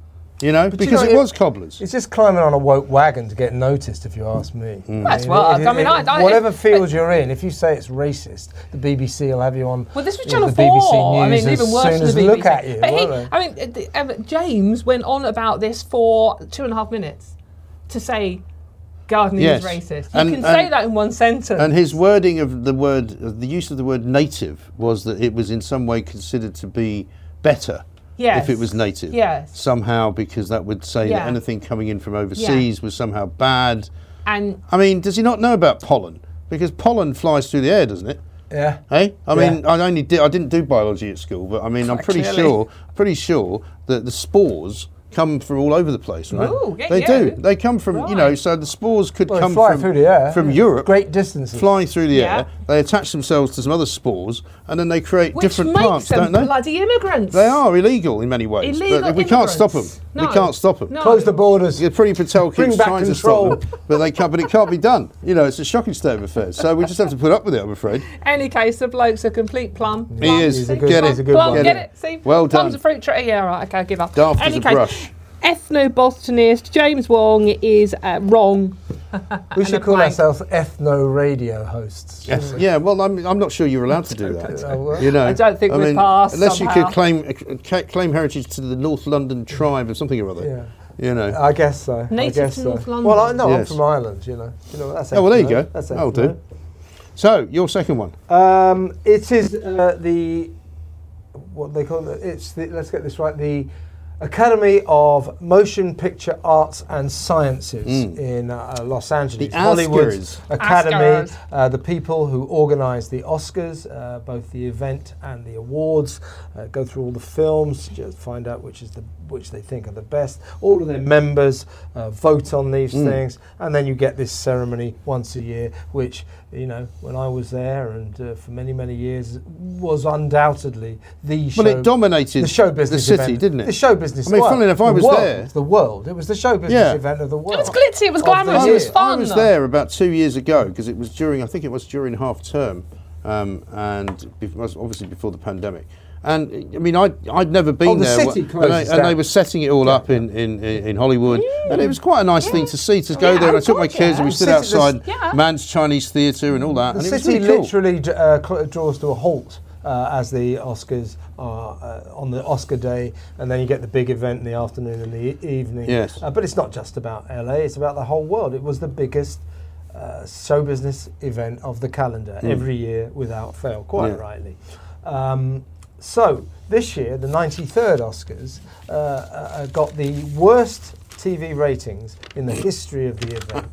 Speaker 1: You know,
Speaker 3: But you
Speaker 1: because
Speaker 3: know,
Speaker 1: it, was cobblers.
Speaker 3: It's just climbing on a woke wagon to get noticed, if you ask me.
Speaker 2: That's what- I mean, I- I-
Speaker 3: whatever
Speaker 2: it-
Speaker 3: field you're in, if you say it's racist, the BBC will have you on.
Speaker 2: Well, this was
Speaker 3: you
Speaker 2: Channel
Speaker 3: know, the BBC
Speaker 2: Four. I
Speaker 3: News
Speaker 2: mean,
Speaker 3: as
Speaker 2: even worse
Speaker 3: soon
Speaker 2: than
Speaker 3: as
Speaker 2: the
Speaker 3: they
Speaker 2: BBC.
Speaker 3: look at you.
Speaker 2: But he,
Speaker 3: won't they?
Speaker 2: I mean, uh, th- uh, James went on about this for two and a half minutes to say gardening
Speaker 1: Yes.
Speaker 2: is racist. You
Speaker 1: And-
Speaker 2: can say
Speaker 1: and-
Speaker 2: that in one sentence.
Speaker 1: And his wording of the word, of the use of the word native, was that it was in some way considered to be better if it
Speaker 2: Yes.
Speaker 1: was native.
Speaker 2: Yes.
Speaker 1: Somehow, because that would say that
Speaker 2: Yeah.
Speaker 1: anything coming in from overseas was somehow bad.
Speaker 2: and
Speaker 1: I mean, does he not know about pollen? Because pollen flies through the air, doesn't it?
Speaker 3: yeah.
Speaker 1: Hey, I
Speaker 3: Yeah.
Speaker 1: mean, I only did, I didn't do biology at school, but I mean, I'm pretty
Speaker 2: Clearly.
Speaker 1: sure, pretty sure that the spores come from all over the place, right?
Speaker 2: Ooh, get
Speaker 1: they
Speaker 2: you.
Speaker 1: do. They come from, you know,
Speaker 2: Right.
Speaker 1: so the spores could
Speaker 3: Well, they
Speaker 1: come
Speaker 3: fly
Speaker 1: from
Speaker 3: through the air
Speaker 1: from
Speaker 3: yeah.
Speaker 1: Europe,
Speaker 3: great distances.
Speaker 1: fly through the
Speaker 2: Yeah.
Speaker 1: air. They attach themselves to some other spores, and then they create
Speaker 2: which
Speaker 1: different
Speaker 2: makes
Speaker 1: plants,
Speaker 2: them
Speaker 1: don't they?
Speaker 2: bloody immigrants.
Speaker 1: They are illegal in many ways,
Speaker 2: Illegal
Speaker 1: but we can't stop them.
Speaker 2: immigrants.
Speaker 1: We
Speaker 2: No.
Speaker 1: can't stop them.
Speaker 2: No.
Speaker 3: Close the borders.
Speaker 1: Yeah, Priti Patel
Speaker 3: Bring
Speaker 1: keeps
Speaker 3: back
Speaker 1: trying
Speaker 3: control.
Speaker 1: to stop them, but they can't. But it can't be done. You know, it's a shocking state of affairs. So we just have to put up with it, I'm afraid.
Speaker 2: Any case, the bloke's a complete plum. plum
Speaker 1: is. He's a
Speaker 2: see,
Speaker 1: good-
Speaker 2: plum,
Speaker 1: he's a good
Speaker 2: plum,
Speaker 1: one.
Speaker 2: Get
Speaker 1: Get it.
Speaker 2: it? See,
Speaker 1: Well
Speaker 2: plum's
Speaker 1: done.
Speaker 2: a fruit tree. Yeah, right. Okay, I give up.
Speaker 1: Daft as
Speaker 2: Any
Speaker 1: a
Speaker 2: case,
Speaker 1: brush.
Speaker 2: ethnobotanist James Wong is uh, wrong.
Speaker 3: We should
Speaker 2: a
Speaker 3: call
Speaker 2: plank.
Speaker 3: ourselves ethno radio hosts.
Speaker 1: Yes. Yeah. Well, I'm, I'm not sure you're allowed to do that. You know,
Speaker 2: I don't think
Speaker 1: I
Speaker 2: we
Speaker 1: mean,
Speaker 2: pass
Speaker 1: unless you
Speaker 2: somehow.
Speaker 1: could claim ca- claim heritage to the North London tribe or something or other. You know.
Speaker 3: I guess so.
Speaker 2: Native
Speaker 3: I guess
Speaker 2: to
Speaker 3: so.
Speaker 2: North
Speaker 3: Well, I,
Speaker 2: London.
Speaker 3: no,
Speaker 1: Yes.
Speaker 3: I'm from Ireland. You know. You know that's
Speaker 1: oh well, there you
Speaker 3: ethno.
Speaker 1: go.
Speaker 3: That's
Speaker 1: That'll
Speaker 3: ethno.
Speaker 1: do. So your second one.
Speaker 3: Um, it is uh, the what they call it. It's the, let's get this right. The Academy of Motion Picture Arts and Sciences in uh, Los Angeles,
Speaker 1: The
Speaker 3: Hollywood's
Speaker 1: Oscars.
Speaker 3: Academy.
Speaker 2: Oscars.
Speaker 3: Uh, the people who organise the Oscars, uh, both the event and the awards, uh, go through all the films, just find out which is the which they think are the best. All of their members uh, vote on these
Speaker 1: Hmm.
Speaker 3: things, and then you get this ceremony once a year, which you know when I was there and uh, for many many years was undoubtedly the show.
Speaker 1: Well, it dominated
Speaker 3: the show
Speaker 1: the
Speaker 3: business
Speaker 1: city,
Speaker 3: event.
Speaker 1: didn't it?
Speaker 3: The show business.
Speaker 1: I mean,
Speaker 3: well,
Speaker 1: funnily enough, I
Speaker 3: the
Speaker 1: was
Speaker 3: world,
Speaker 1: there.
Speaker 3: The world. It was the show business
Speaker 1: Yeah.
Speaker 3: event of the world.
Speaker 2: was glitzy, it was
Speaker 3: of the
Speaker 2: glamorous, it
Speaker 3: year.
Speaker 2: was
Speaker 1: I
Speaker 2: fun.
Speaker 1: was there about two years ago because it was during, I think it was during half term, um, and be- was obviously before the pandemic. And I mean, I'd, I'd never been
Speaker 3: Oh, the
Speaker 1: there,
Speaker 3: city
Speaker 1: and, they,
Speaker 3: closes
Speaker 1: and they
Speaker 3: down.
Speaker 1: were setting it all up in, in, in in Hollywood, and it was quite a nice thing to see to go
Speaker 2: Yeah,
Speaker 1: there. And
Speaker 2: oh
Speaker 1: I took my
Speaker 2: God,
Speaker 1: kids, and we
Speaker 2: yeah.
Speaker 1: stood
Speaker 3: City-
Speaker 1: outside
Speaker 2: Yeah.
Speaker 1: Man's Chinese Theatre and all that.
Speaker 3: The
Speaker 1: and it was
Speaker 3: city
Speaker 1: really cool.
Speaker 3: literally dr- uh, cl- draws to a halt uh, as the Oscars are uh, on the Oscar day, and then you get the big event in the afternoon and the e- evening.
Speaker 1: Yes.
Speaker 3: Uh, but it's not just about LA; it's about the whole world. It was the biggest. Uh, show business event of the calendar every year without fail, quite
Speaker 1: Mm. Yeah.
Speaker 3: rightly. Um, so this year, the 93rd Oscars uh, uh, got the worst TV ratings in the history of the event.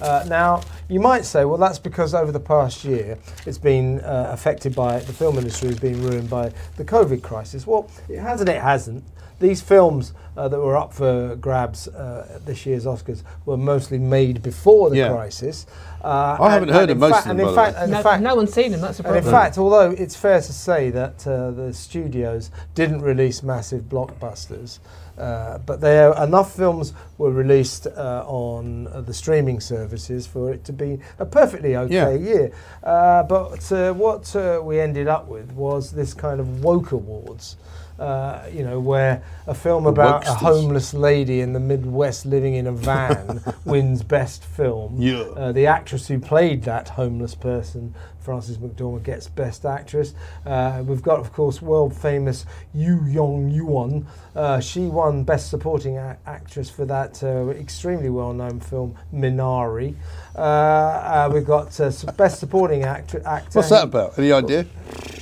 Speaker 3: Uh, now, you might say, well, that's because over the past year it's been uh, affected by the film industry has been ruined by the COVID crisis. Well, it has and it hasn't. These films uh, that were up for grabs uh, at this year's Oscars were mostly made before the
Speaker 1: Yeah.
Speaker 3: crisis. Uh,
Speaker 1: I haven't heard of
Speaker 3: in
Speaker 1: most
Speaker 3: fact-
Speaker 1: of them,
Speaker 3: And in
Speaker 1: by the
Speaker 3: fact,
Speaker 1: way.
Speaker 3: and in
Speaker 2: No,
Speaker 3: fact,
Speaker 2: no one's seen him, that's a
Speaker 3: and
Speaker 2: problem.
Speaker 3: in fact, although it's fair to say that uh, the studios didn't release massive blockbusters, uh, but there enough films were released uh, on uh, the streaming services for it to be a perfectly okay
Speaker 1: Yeah.
Speaker 3: year. Uh, but uh, what uh, we ended up with was this kind of woke awards. Uh, you know, where a film about a
Speaker 1: wokesters.
Speaker 3: homeless lady in the Midwest living in a van wins Best Film.
Speaker 1: Yeah.
Speaker 3: Uh, the actress who played that homeless person, Frances McDormand, gets Best Actress. Uh, we've got, of course, world famous Yu Yong Yuan. Uh, she won Best Supporting a- Actress for that uh, extremely well known film, Minari. Uh, uh, we've got uh, s- Best Supporting Actor. actor
Speaker 1: What's that about? Any idea?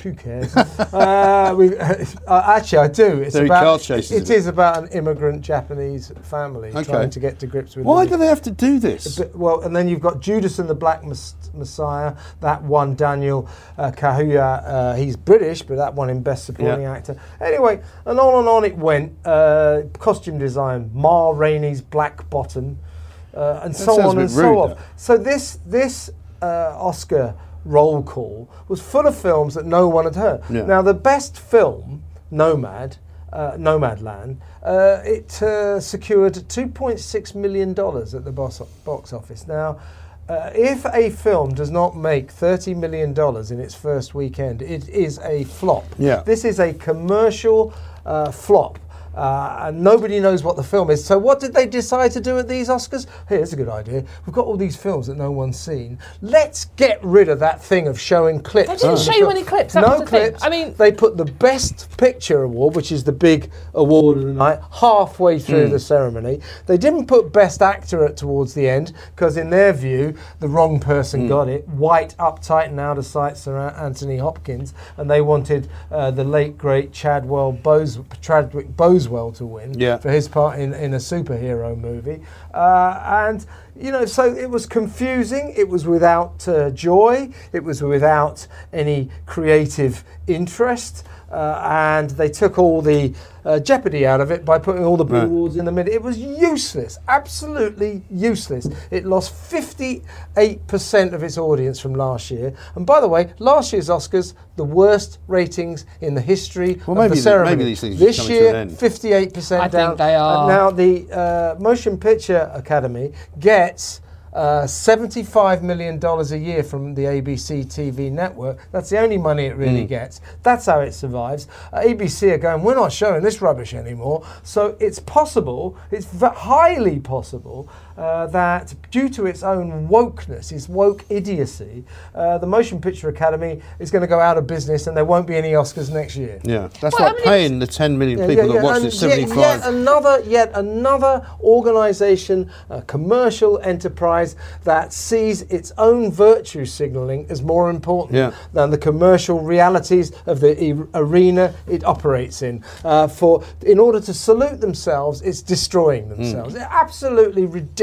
Speaker 3: who cares? uh, we, uh, actually, I do. It's
Speaker 1: They're in
Speaker 3: about
Speaker 1: car chases,
Speaker 3: it
Speaker 1: is it?
Speaker 3: is about an immigrant Japanese family
Speaker 1: Okay.
Speaker 3: trying to get to grips with
Speaker 1: Why
Speaker 3: living-
Speaker 1: do they have to do this?
Speaker 3: but- well, and then you've got Judas and the Black Mes- Messiah. That one, Daniel uh, Kahuya. Uh, he's British, but that one in Best Supporting
Speaker 1: Yeah.
Speaker 3: Actor. Anyway, and on and on it went. Uh, costume design, Ma Rainey's Black Bottom, uh, and so
Speaker 1: sounds
Speaker 3: on
Speaker 1: a bit
Speaker 3: and
Speaker 1: rude,
Speaker 3: so on.
Speaker 1: though.
Speaker 3: So this this uh, Oscar roll call was full of films that no one had heard.
Speaker 1: Yeah.
Speaker 3: Now the best film, Nomad. Uh, Nomadland, uh, it uh, secured 2.6 million dollars at the box, box office. Now, uh, if a film does not make 30 million dollars in its first weekend, it is a flop.
Speaker 1: Yeah.
Speaker 3: This is a commercial uh, flop. Uh, and nobody knows what the film is. So, what did they decide to do at these Oscars? Here's a good idea. We've got all these films that no one's seen. Let's get rid of that thing of showing clips.
Speaker 2: They didn't
Speaker 3: of the
Speaker 2: show you
Speaker 3: film.
Speaker 2: any clips, that
Speaker 3: No
Speaker 2: was the thing.
Speaker 3: clips.
Speaker 2: I mean-
Speaker 3: they put the Best Picture award, which is the big award of the night, halfway through the ceremony. They didn't put Best Actor at towards the end because, in their view, the wrong person got it. White, uptight, and out of sight, Sir An- Anthony Hopkins, and they wanted uh, the late great Chadwell Bos- Chadwick Boswell to win
Speaker 1: Yeah.
Speaker 3: for his part in, in a superhero movie. Uh, and, you know, so it was confusing. It was without uh, joy. It was without any creative interest. Uh, and they took all the uh, jeopardy out of it by putting all the blue awards in the middle. It was useless, absolutely useless. It lost 58% of its audience from last year. And by the way, last year's Oscars, the worst ratings in the history
Speaker 1: Well, maybe
Speaker 3: of the
Speaker 1: the- maybe
Speaker 3: ceremony.
Speaker 1: these things are
Speaker 3: this
Speaker 1: coming to
Speaker 3: year,
Speaker 1: an end.
Speaker 3: 58%
Speaker 2: I think
Speaker 3: down.
Speaker 2: they are.
Speaker 3: And now the uh, Motion Picture Academy gets uh, $75 million a year from the ABC TV network. That's the only money it really gets. That's how it survives. Uh, ABC are going, we're not showing this rubbish anymore. So it's possible, it's v- highly possible, uh, that due to its own wokeness, its woke idiocy, uh, the Motion Picture Academy is going to go out of business and there won't be any Oscars next year.
Speaker 1: Yeah, that's
Speaker 2: Well, I
Speaker 1: like
Speaker 2: mean,
Speaker 1: paying the 10 million
Speaker 3: Yeah,
Speaker 1: people
Speaker 3: yeah,
Speaker 1: that
Speaker 3: yeah,
Speaker 1: watch
Speaker 3: and
Speaker 1: this
Speaker 3: yet-
Speaker 1: 75.
Speaker 3: Yet, another, yet another organisation, uh, commercial enterprise enterprise that sees its own virtue signaling as more important
Speaker 1: Yeah.
Speaker 3: than the commercial realities of the e- arena it operates in. Uh, for in order to salute themselves, it's destroying
Speaker 1: Hmm.
Speaker 3: themselves. Absolutely ridiculous.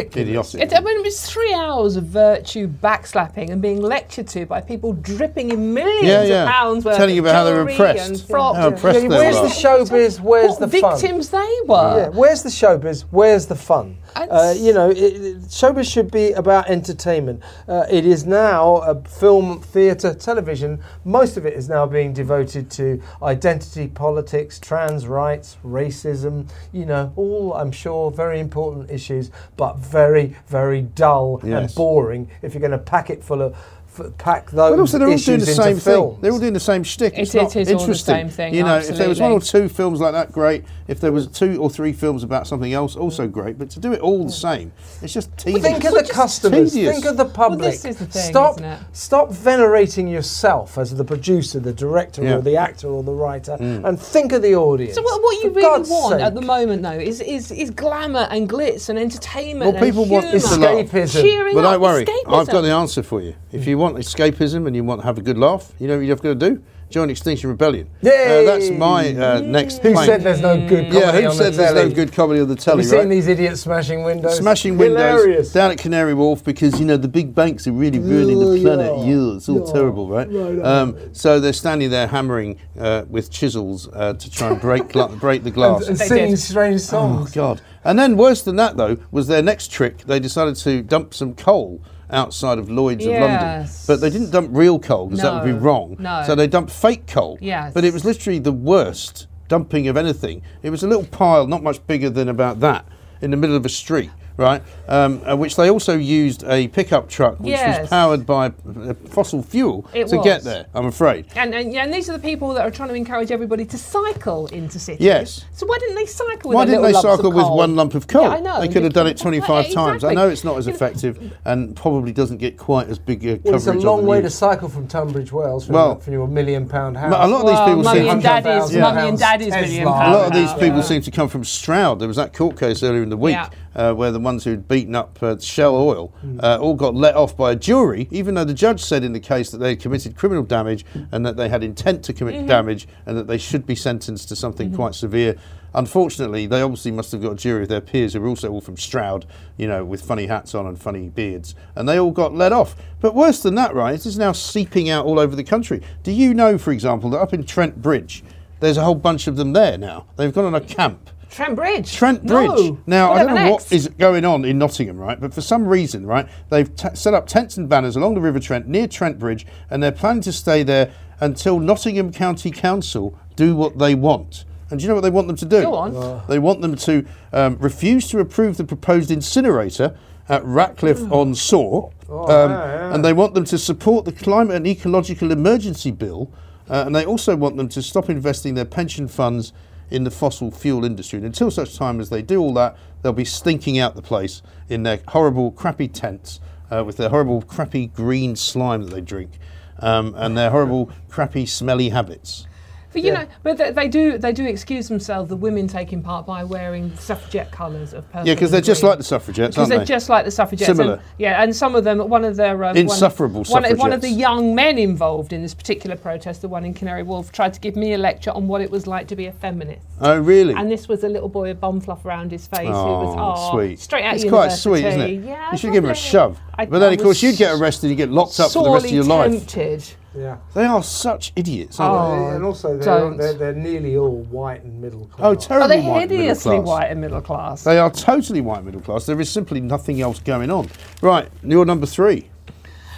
Speaker 1: Idiotic.
Speaker 2: It, I mean, it was three hours of virtue backslapping and being lectured to by people dripping in millions
Speaker 1: Yeah, yeah.
Speaker 2: of pounds worth
Speaker 1: Telling you
Speaker 2: of
Speaker 1: about how they were
Speaker 2: jewellery
Speaker 1: oppressed.
Speaker 2: and frocks.
Speaker 1: How oppressed they
Speaker 3: Yeah, where's
Speaker 1: were.
Speaker 3: the showbiz? Where's
Speaker 2: what
Speaker 3: the fun?
Speaker 2: victims they were.
Speaker 3: Yeah, where's the showbiz? Where's the fun? Uh,
Speaker 2: It's-
Speaker 3: you know, it, it- showbiz should be about entertainment. Uh, it is now a film, theatre, television. Most of it is now being devoted to identity politics, trans rights, racism. You know, all I'm sure very important issues, but very, very dull
Speaker 1: Yes.
Speaker 3: and boring. If you're going to pack it full of f- pack those
Speaker 1: But also, they're all
Speaker 3: issues
Speaker 1: doing the
Speaker 3: into
Speaker 1: same
Speaker 3: films.
Speaker 1: thing. They're all doing the same shtick. It's
Speaker 2: It- it
Speaker 1: not
Speaker 2: is all the
Speaker 1: interesting.
Speaker 2: same thing,
Speaker 1: You know, if there was one
Speaker 2: absolutely.
Speaker 1: or two films like that, great. If there was two or three films about something else, also great. But to do it all the same, it's just tedious.
Speaker 3: Think of the customers. Think of the public.
Speaker 2: this is the thing,
Speaker 3: stop,
Speaker 2: isn't it?
Speaker 3: stop venerating yourself as the producer, the director,
Speaker 1: Yeah. Mm.
Speaker 3: or the actor, or the writer, and think of the audience.
Speaker 2: So what, what you
Speaker 3: For
Speaker 2: really
Speaker 3: God's
Speaker 2: want
Speaker 3: sake.
Speaker 2: at the moment, though, is, is, is glamour and glitz and entertainment.
Speaker 1: Well, people
Speaker 2: and
Speaker 1: want
Speaker 2: humour.
Speaker 1: escape.
Speaker 3: Escapism.
Speaker 2: Cheering
Speaker 1: But
Speaker 2: up,
Speaker 1: don't worry,
Speaker 2: escapism.
Speaker 1: I've got the answer for you. If you want escapism and you want to have a good laugh, you know what you've got to do? Join Extinction Rebellion. Uh, that's
Speaker 3: Yay!
Speaker 1: my uh, next.
Speaker 3: Who
Speaker 1: plank.
Speaker 3: said there's no good comedy
Speaker 1: Yeah, who
Speaker 3: on
Speaker 1: said
Speaker 3: the
Speaker 1: there's
Speaker 3: telly?
Speaker 1: no good comedy on the
Speaker 3: Have
Speaker 1: telly?
Speaker 3: you seen
Speaker 1: right?
Speaker 3: these idiots smashing windows?
Speaker 1: Smashing windows
Speaker 3: Hilarious.
Speaker 1: down at Canary Wharf because you know the big banks are really ruining the planet. Yeah, it's all terrible, right? um, so they're standing there hammering uh, with chisels uh, to try and break gla- break the glass.
Speaker 3: and singing
Speaker 2: did.
Speaker 3: strange songs.
Speaker 1: Oh God! And then worse than that, though, was their next trick. They decided to dump some coal outside of Lloyd's of London,
Speaker 2: Yes.
Speaker 1: but they didn't dump real coal because that would be
Speaker 2: No,
Speaker 1: wrong.
Speaker 2: no.
Speaker 1: So they dumped fake coal.
Speaker 2: Yes.
Speaker 1: But it was literally the worst dumping of anything. It was a little pile, not much bigger than about that, in the middle of a street. Right, um, uh, which they also used a pickup truck, which was
Speaker 2: Yes.
Speaker 1: powered by uh, fossil fuel,
Speaker 2: It
Speaker 1: to get
Speaker 2: was.
Speaker 1: there. I'm afraid.
Speaker 2: And, and, yeah, and these are the people that are trying to encourage everybody to cycle into cities.
Speaker 1: Yes.
Speaker 2: So why didn't they cycle? With
Speaker 1: Why
Speaker 2: their
Speaker 1: didn't they
Speaker 2: little lumps
Speaker 1: cycle
Speaker 2: of
Speaker 1: with
Speaker 2: coal?
Speaker 1: one lump of coal?
Speaker 2: Yeah, I know.
Speaker 1: They
Speaker 2: You
Speaker 1: could have done it
Speaker 2: can't-
Speaker 1: 25
Speaker 2: Yeah,
Speaker 1: times. I
Speaker 2: exactly.
Speaker 1: know it's not as
Speaker 2: You know,
Speaker 1: effective and probably doesn't get quite as big a coverage.
Speaker 3: Well, it's a
Speaker 1: on the
Speaker 3: long way to
Speaker 1: news.
Speaker 3: cycle from Tunbridge Wells from,
Speaker 1: Well-
Speaker 3: from your million pound house.
Speaker 1: But a lot of these
Speaker 2: Well,
Speaker 1: people
Speaker 2: mummy
Speaker 1: seem
Speaker 2: and daddy's,
Speaker 3: Yeah.
Speaker 2: mummy and daddy's
Speaker 3: Tesla.
Speaker 2: million
Speaker 3: A
Speaker 1: a
Speaker 2: pound
Speaker 1: lot of these
Speaker 2: house.
Speaker 1: people
Speaker 2: Yeah.
Speaker 1: seem to come from Stroud. There was that court case earlier in the week
Speaker 2: Yeah.
Speaker 1: uh, where the ones who'd beaten up uh, Shell Oil uh, all got let off by a jury, even though the judge said in the case that they had committed criminal damage and that they had intent to commit damage and that they should be sentenced to something quite severe. Unfortunately, they obviously must have got a jury of their peers who were also all from Stroud, you know, with funny hats on and funny beards, and they all got let off. But worse than that, right? It is now seeping out all over the country. Do you know, for example, that up in Trent Bridge, there's a whole bunch of them there now. They've gone on a camp.
Speaker 2: Trent Bridge.
Speaker 1: Trent Bridge.
Speaker 2: No.
Speaker 1: Now,
Speaker 2: We'll
Speaker 1: I
Speaker 2: have
Speaker 1: don't
Speaker 2: an
Speaker 1: know
Speaker 2: X.
Speaker 1: what is going on in Nottingham, right? But for some reason, right, they've t- set up tents and banners along the River Trent near Trent Bridge, and they're planning to stay there until Nottingham County Council do what they want. And do you know what they want them to do?
Speaker 2: Go on. Wow.
Speaker 1: They want them to um, refuse to approve the proposed incinerator at Ratcliffe
Speaker 2: Hmm.
Speaker 1: on Soar,
Speaker 2: Oh,
Speaker 1: um, and they want them to support the climate and ecological emergency bill, uh, and they also want them to stop investing their pension funds in the fossil fuel industry. And until such time as they do all that, they'll be stinking out the place in their horrible, crappy tents uh, with their horrible, crappy green slime that they drink. Um, and their horrible, crappy, smelly habits.
Speaker 2: But you know, but they, they do they do excuse themselves. The women taking part by wearing suffragette colours of purple.
Speaker 1: Yeah, because they're
Speaker 2: and
Speaker 1: just
Speaker 2: green.
Speaker 1: like the suffragettes,
Speaker 2: Because
Speaker 1: aren't they?
Speaker 2: they're just like the suffragettes.
Speaker 1: Similar.
Speaker 2: And, yeah, and some of them, one of their um,
Speaker 1: Insufferable
Speaker 2: one, one, one of the
Speaker 1: suffragettes.
Speaker 2: young men involved in this particular protest, the one in Canary Wharf, tried to give me a lecture on what it was like to be a feminist.
Speaker 1: oh, really?
Speaker 2: And this was a little boy, a bum fluff around his face. who
Speaker 1: Oh,
Speaker 2: was, oh,
Speaker 1: sweet.
Speaker 2: Straight out
Speaker 1: It's
Speaker 2: of
Speaker 1: quite sweet, isn't
Speaker 2: university.
Speaker 1: it?
Speaker 2: Yeah,
Speaker 1: you should give him a
Speaker 2: lovely.
Speaker 1: shove.
Speaker 2: I-
Speaker 1: but then,
Speaker 2: I
Speaker 1: of course,
Speaker 2: was
Speaker 1: you'd get arrested and you get locked up for the rest of
Speaker 2: sorely
Speaker 1: your life.
Speaker 2: tempted. Oh.
Speaker 3: yeah.
Speaker 1: They are such idiots, aren't
Speaker 3: Uh, and also, they're,
Speaker 2: don't.
Speaker 3: they're, they're nearly all white and middle
Speaker 1: they? Oh,
Speaker 3: class.
Speaker 1: terrible.
Speaker 2: Are they
Speaker 1: white middle
Speaker 2: hideously
Speaker 1: class.
Speaker 2: white and middle class?
Speaker 1: They are totally white middle class. There is simply nothing else going on. Right, you're number three.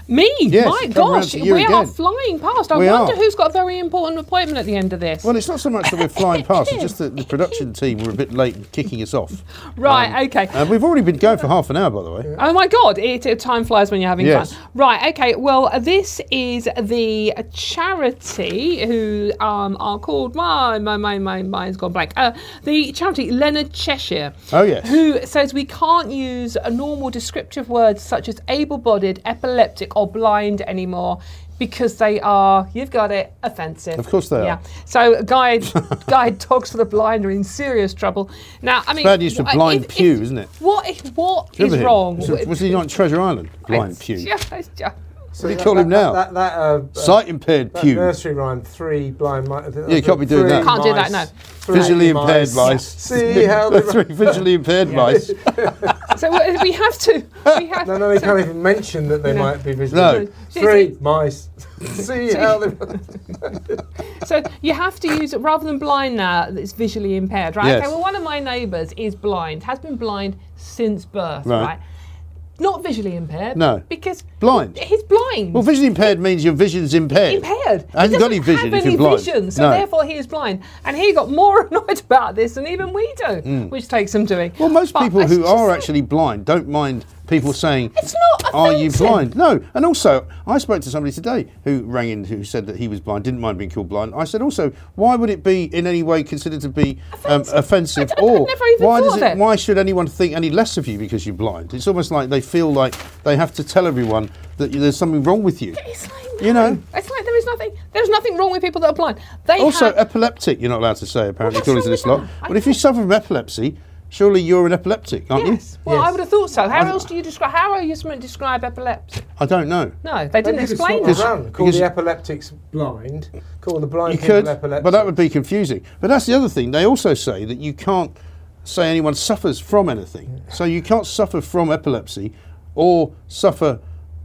Speaker 2: Me?
Speaker 1: Yes,
Speaker 2: My
Speaker 1: come round
Speaker 2: gosh,
Speaker 1: to
Speaker 2: we
Speaker 1: you
Speaker 2: are
Speaker 1: again.
Speaker 2: flying past. I
Speaker 1: We
Speaker 2: wonder
Speaker 1: are.
Speaker 2: who's got a very important appointment at the end of this.
Speaker 1: Well, it's not so much that we're flying past, it's just that the production team were a bit late in kicking us off. Um,
Speaker 2: right, okay.
Speaker 1: And we've already been going for half an hour, by the way.
Speaker 2: Oh my God! It, it- time flies when you're having
Speaker 1: Yes.
Speaker 2: fun. Right. Okay. Well, this is the charity who um, are called my my my my mind's gone blank. Uh, the charity Leonard Cheshire.
Speaker 1: Oh, yes.
Speaker 2: Who says we can't use a normal descriptive words such as able-bodied, epileptic, or or blind anymore because they are, you've got it, offensive.
Speaker 1: Of course they
Speaker 2: yeah.
Speaker 1: are.
Speaker 2: So guide guide dogs for the blind are in serious trouble. Now, I mean,
Speaker 1: bad use to
Speaker 2: wh-
Speaker 1: blind
Speaker 2: if-
Speaker 1: pew,
Speaker 2: if-
Speaker 1: isn't it?
Speaker 2: What if what
Speaker 1: Do you
Speaker 2: is
Speaker 1: remember him?
Speaker 2: wrong?
Speaker 1: So, was he on Treasure Island? Blind
Speaker 2: It's
Speaker 1: Pew.
Speaker 2: just- it's just-
Speaker 3: So
Speaker 1: do you call him now?
Speaker 3: That, that, uh, uh,
Speaker 1: Sight impaired
Speaker 3: that
Speaker 1: Pew.
Speaker 3: nursery rhyme, three blind mice.
Speaker 1: Yeah, you can't be doing that.
Speaker 2: Can't do that, no.
Speaker 1: Visually impaired mice.
Speaker 3: See how
Speaker 1: the
Speaker 3: they
Speaker 1: three visually impaired mice.
Speaker 2: So we- we have to. We have
Speaker 3: No, no, they
Speaker 2: so-
Speaker 3: can't even mention that they
Speaker 2: No.
Speaker 3: might be visually.
Speaker 1: No.
Speaker 3: Three mice. See how they.
Speaker 2: So you have to use it rather than blind now. It's visually impaired, right?
Speaker 1: Yes.
Speaker 2: Okay. Well, one of my neighbours is blind. Has been blind since birth,
Speaker 1: Right.
Speaker 2: right? Not visually impaired.
Speaker 1: No.
Speaker 2: Because
Speaker 1: Blind.
Speaker 2: He's blind.
Speaker 1: Well, visually impaired means your vision's impaired.
Speaker 2: impaired.
Speaker 1: I haven't
Speaker 2: he
Speaker 1: got any
Speaker 2: doesn't
Speaker 1: vision
Speaker 2: have
Speaker 1: if you're
Speaker 2: any
Speaker 1: blind.
Speaker 2: vision, so
Speaker 1: no.
Speaker 2: therefore he is blind. And he got more annoyed about this than even we do, which takes some doing.
Speaker 1: Hmm. well, most
Speaker 2: But
Speaker 1: people
Speaker 2: it's
Speaker 1: who
Speaker 2: just
Speaker 1: are
Speaker 2: like-
Speaker 1: actually blind don't mind people saying,
Speaker 2: It's not
Speaker 1: Are you
Speaker 2: offensive.
Speaker 1: blind? No. And also, I spoke to somebody today who rang in who said that he was blind, didn't mind being called blind. I said also, why would it be in any way considered to be um,
Speaker 2: Offensive.
Speaker 1: offensive
Speaker 2: I don't-
Speaker 1: or
Speaker 2: I've never even
Speaker 1: why
Speaker 2: thought
Speaker 1: does
Speaker 2: of
Speaker 1: it,
Speaker 2: it.
Speaker 1: why should anyone think any less of you because you're blind? It's almost like they feel like they have to tell everyone that there's something wrong with you.
Speaker 2: It's like,
Speaker 1: You know?
Speaker 2: no. It's like there is nothing. There's nothing wrong with people that are blind. They
Speaker 1: Also,
Speaker 2: have,
Speaker 1: epileptic, you're not allowed to say, apparently,
Speaker 2: what's
Speaker 1: according to
Speaker 2: wrong
Speaker 1: this
Speaker 2: with
Speaker 1: lot.
Speaker 2: that? I
Speaker 1: But if you
Speaker 2: thought-
Speaker 1: suffer from epilepsy, surely you're an epileptic, aren't
Speaker 2: yes.
Speaker 1: you?
Speaker 2: Well, I would have thought so. How else do you describe? How are you supposed to describe epilepsy?
Speaker 1: I don't know.
Speaker 2: No, they didn't explain
Speaker 1: Because-
Speaker 2: that.
Speaker 3: Around. Call
Speaker 1: because-
Speaker 3: the epileptics blind. Call the blind
Speaker 1: You
Speaker 3: people
Speaker 1: could,
Speaker 3: epileptics.
Speaker 1: but that would be confusing. But that's the other thing. They also say that you can't say anyone suffers from anything. So you can't suffer from epilepsy or suffer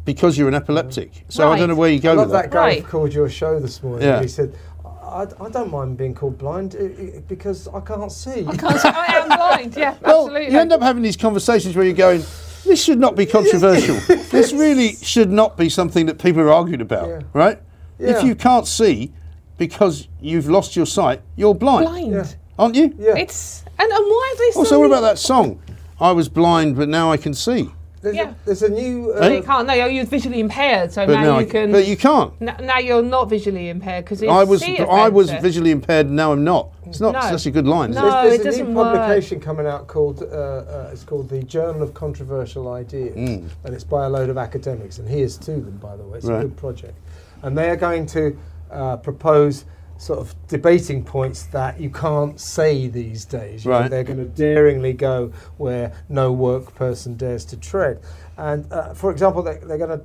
Speaker 1: because you're an epileptic. So I don't
Speaker 2: Right.
Speaker 1: know where you go
Speaker 3: Mm. I love
Speaker 1: with that.
Speaker 3: that guy
Speaker 2: Right.
Speaker 3: who called your show this morning.
Speaker 1: Yeah.
Speaker 3: He said, I, I don't mind being called blind uh, uh, because I can't see. I
Speaker 2: Can't say, I am blind. Yeah,
Speaker 1: well,
Speaker 2: absolutely.
Speaker 1: you end up having these conversations where you're going, this should not be controversial. this really should not be something that people are arguing about,
Speaker 3: Yeah.
Speaker 1: right?
Speaker 3: Yeah.
Speaker 1: If you can't see because you've lost your sight, you're blind,
Speaker 2: blind.
Speaker 1: aren't you?
Speaker 3: Yeah.
Speaker 2: It's and, and why are they? so
Speaker 1: Also, what about
Speaker 2: many-
Speaker 1: that song? I was blind, but now I can see.
Speaker 3: There's,
Speaker 2: Yeah.
Speaker 3: a, there's a new. Uh,
Speaker 1: Eh?
Speaker 2: You can't. No, you're visually impaired, so
Speaker 1: But
Speaker 2: now,
Speaker 1: now
Speaker 2: you
Speaker 1: I,
Speaker 2: can.
Speaker 1: But you can't.
Speaker 2: n- now you're not visually impaired because
Speaker 1: I was I was visually impaired. Now I'm not. It's not
Speaker 2: No.
Speaker 1: such a good line. Is
Speaker 2: No.
Speaker 1: it?
Speaker 3: there's
Speaker 2: Oh, it
Speaker 3: a
Speaker 2: doesn't
Speaker 3: new
Speaker 2: work.
Speaker 3: publication coming out called uh, uh, it's called the Journal of Controversial Ideas, and it's by a load of academics, and here's to them, by the way. It's
Speaker 1: Mm. Right.
Speaker 3: a good project, and they are going to uh, propose sort of debating points that you can't say these days. You know,
Speaker 1: Right.
Speaker 3: they're going to daringly go where no work person dares to tread, and uh, for example, they, they're going to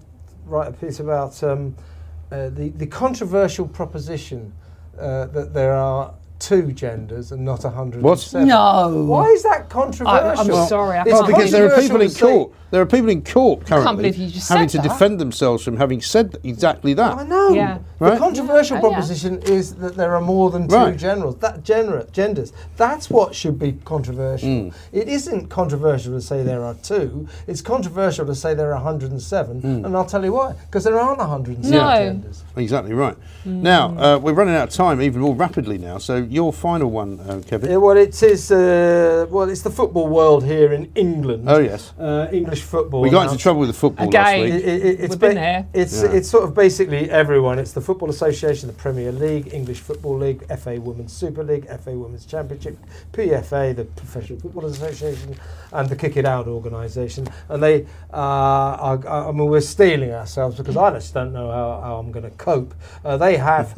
Speaker 3: write a piece about um, uh, the the controversial proposition uh, that there are. Two genders and not a hundred.
Speaker 1: What?
Speaker 2: No.
Speaker 3: Why is that controversial?
Speaker 2: I'm sorry, I
Speaker 3: It's
Speaker 1: Well, because there are
Speaker 3: controversial
Speaker 1: people in
Speaker 3: to say-
Speaker 1: court. There are people in court currently
Speaker 2: believe you just
Speaker 1: having
Speaker 2: said
Speaker 1: to
Speaker 2: that.
Speaker 1: defend themselves from having said th- exactly that.
Speaker 3: I know.
Speaker 2: Yeah.
Speaker 1: Right?
Speaker 3: The controversial
Speaker 2: Yeah, yeah.
Speaker 3: proposition is that there are more than two
Speaker 1: Right.
Speaker 3: generals. That genera, genders. That's what should be controversial.
Speaker 1: Mm.
Speaker 3: It isn't controversial to say there are two. It's controversial to say there are 107,
Speaker 1: Mm.
Speaker 3: and I'll tell you why. Because there aren't 107
Speaker 2: No.
Speaker 3: genders.
Speaker 1: Exactly right. Now uh, we're running out of time even more rapidly now. So your final one, uh, Kevin.
Speaker 3: Yeah, well, it is. Uh, well, it's the football world here in England.
Speaker 1: Oh, yes.
Speaker 3: Uh, English football.
Speaker 1: we got into
Speaker 3: announced-
Speaker 1: trouble with the football
Speaker 2: Again.
Speaker 1: last
Speaker 3: It-
Speaker 1: week.
Speaker 3: it- it- it's
Speaker 2: We've been
Speaker 3: ba-
Speaker 2: there.
Speaker 3: It's
Speaker 1: Yeah.
Speaker 3: it's sort of basically everyone. It's the Football Association, the Premier League, English Football League, FA Women's Super League, FA Women's Championship, PFA, the Professional Football Association, and the Kick It Out organisation. And they, uh, are, I mean, we're stealing ourselves because I just don't know how, how I'm going to cope. Uh, they have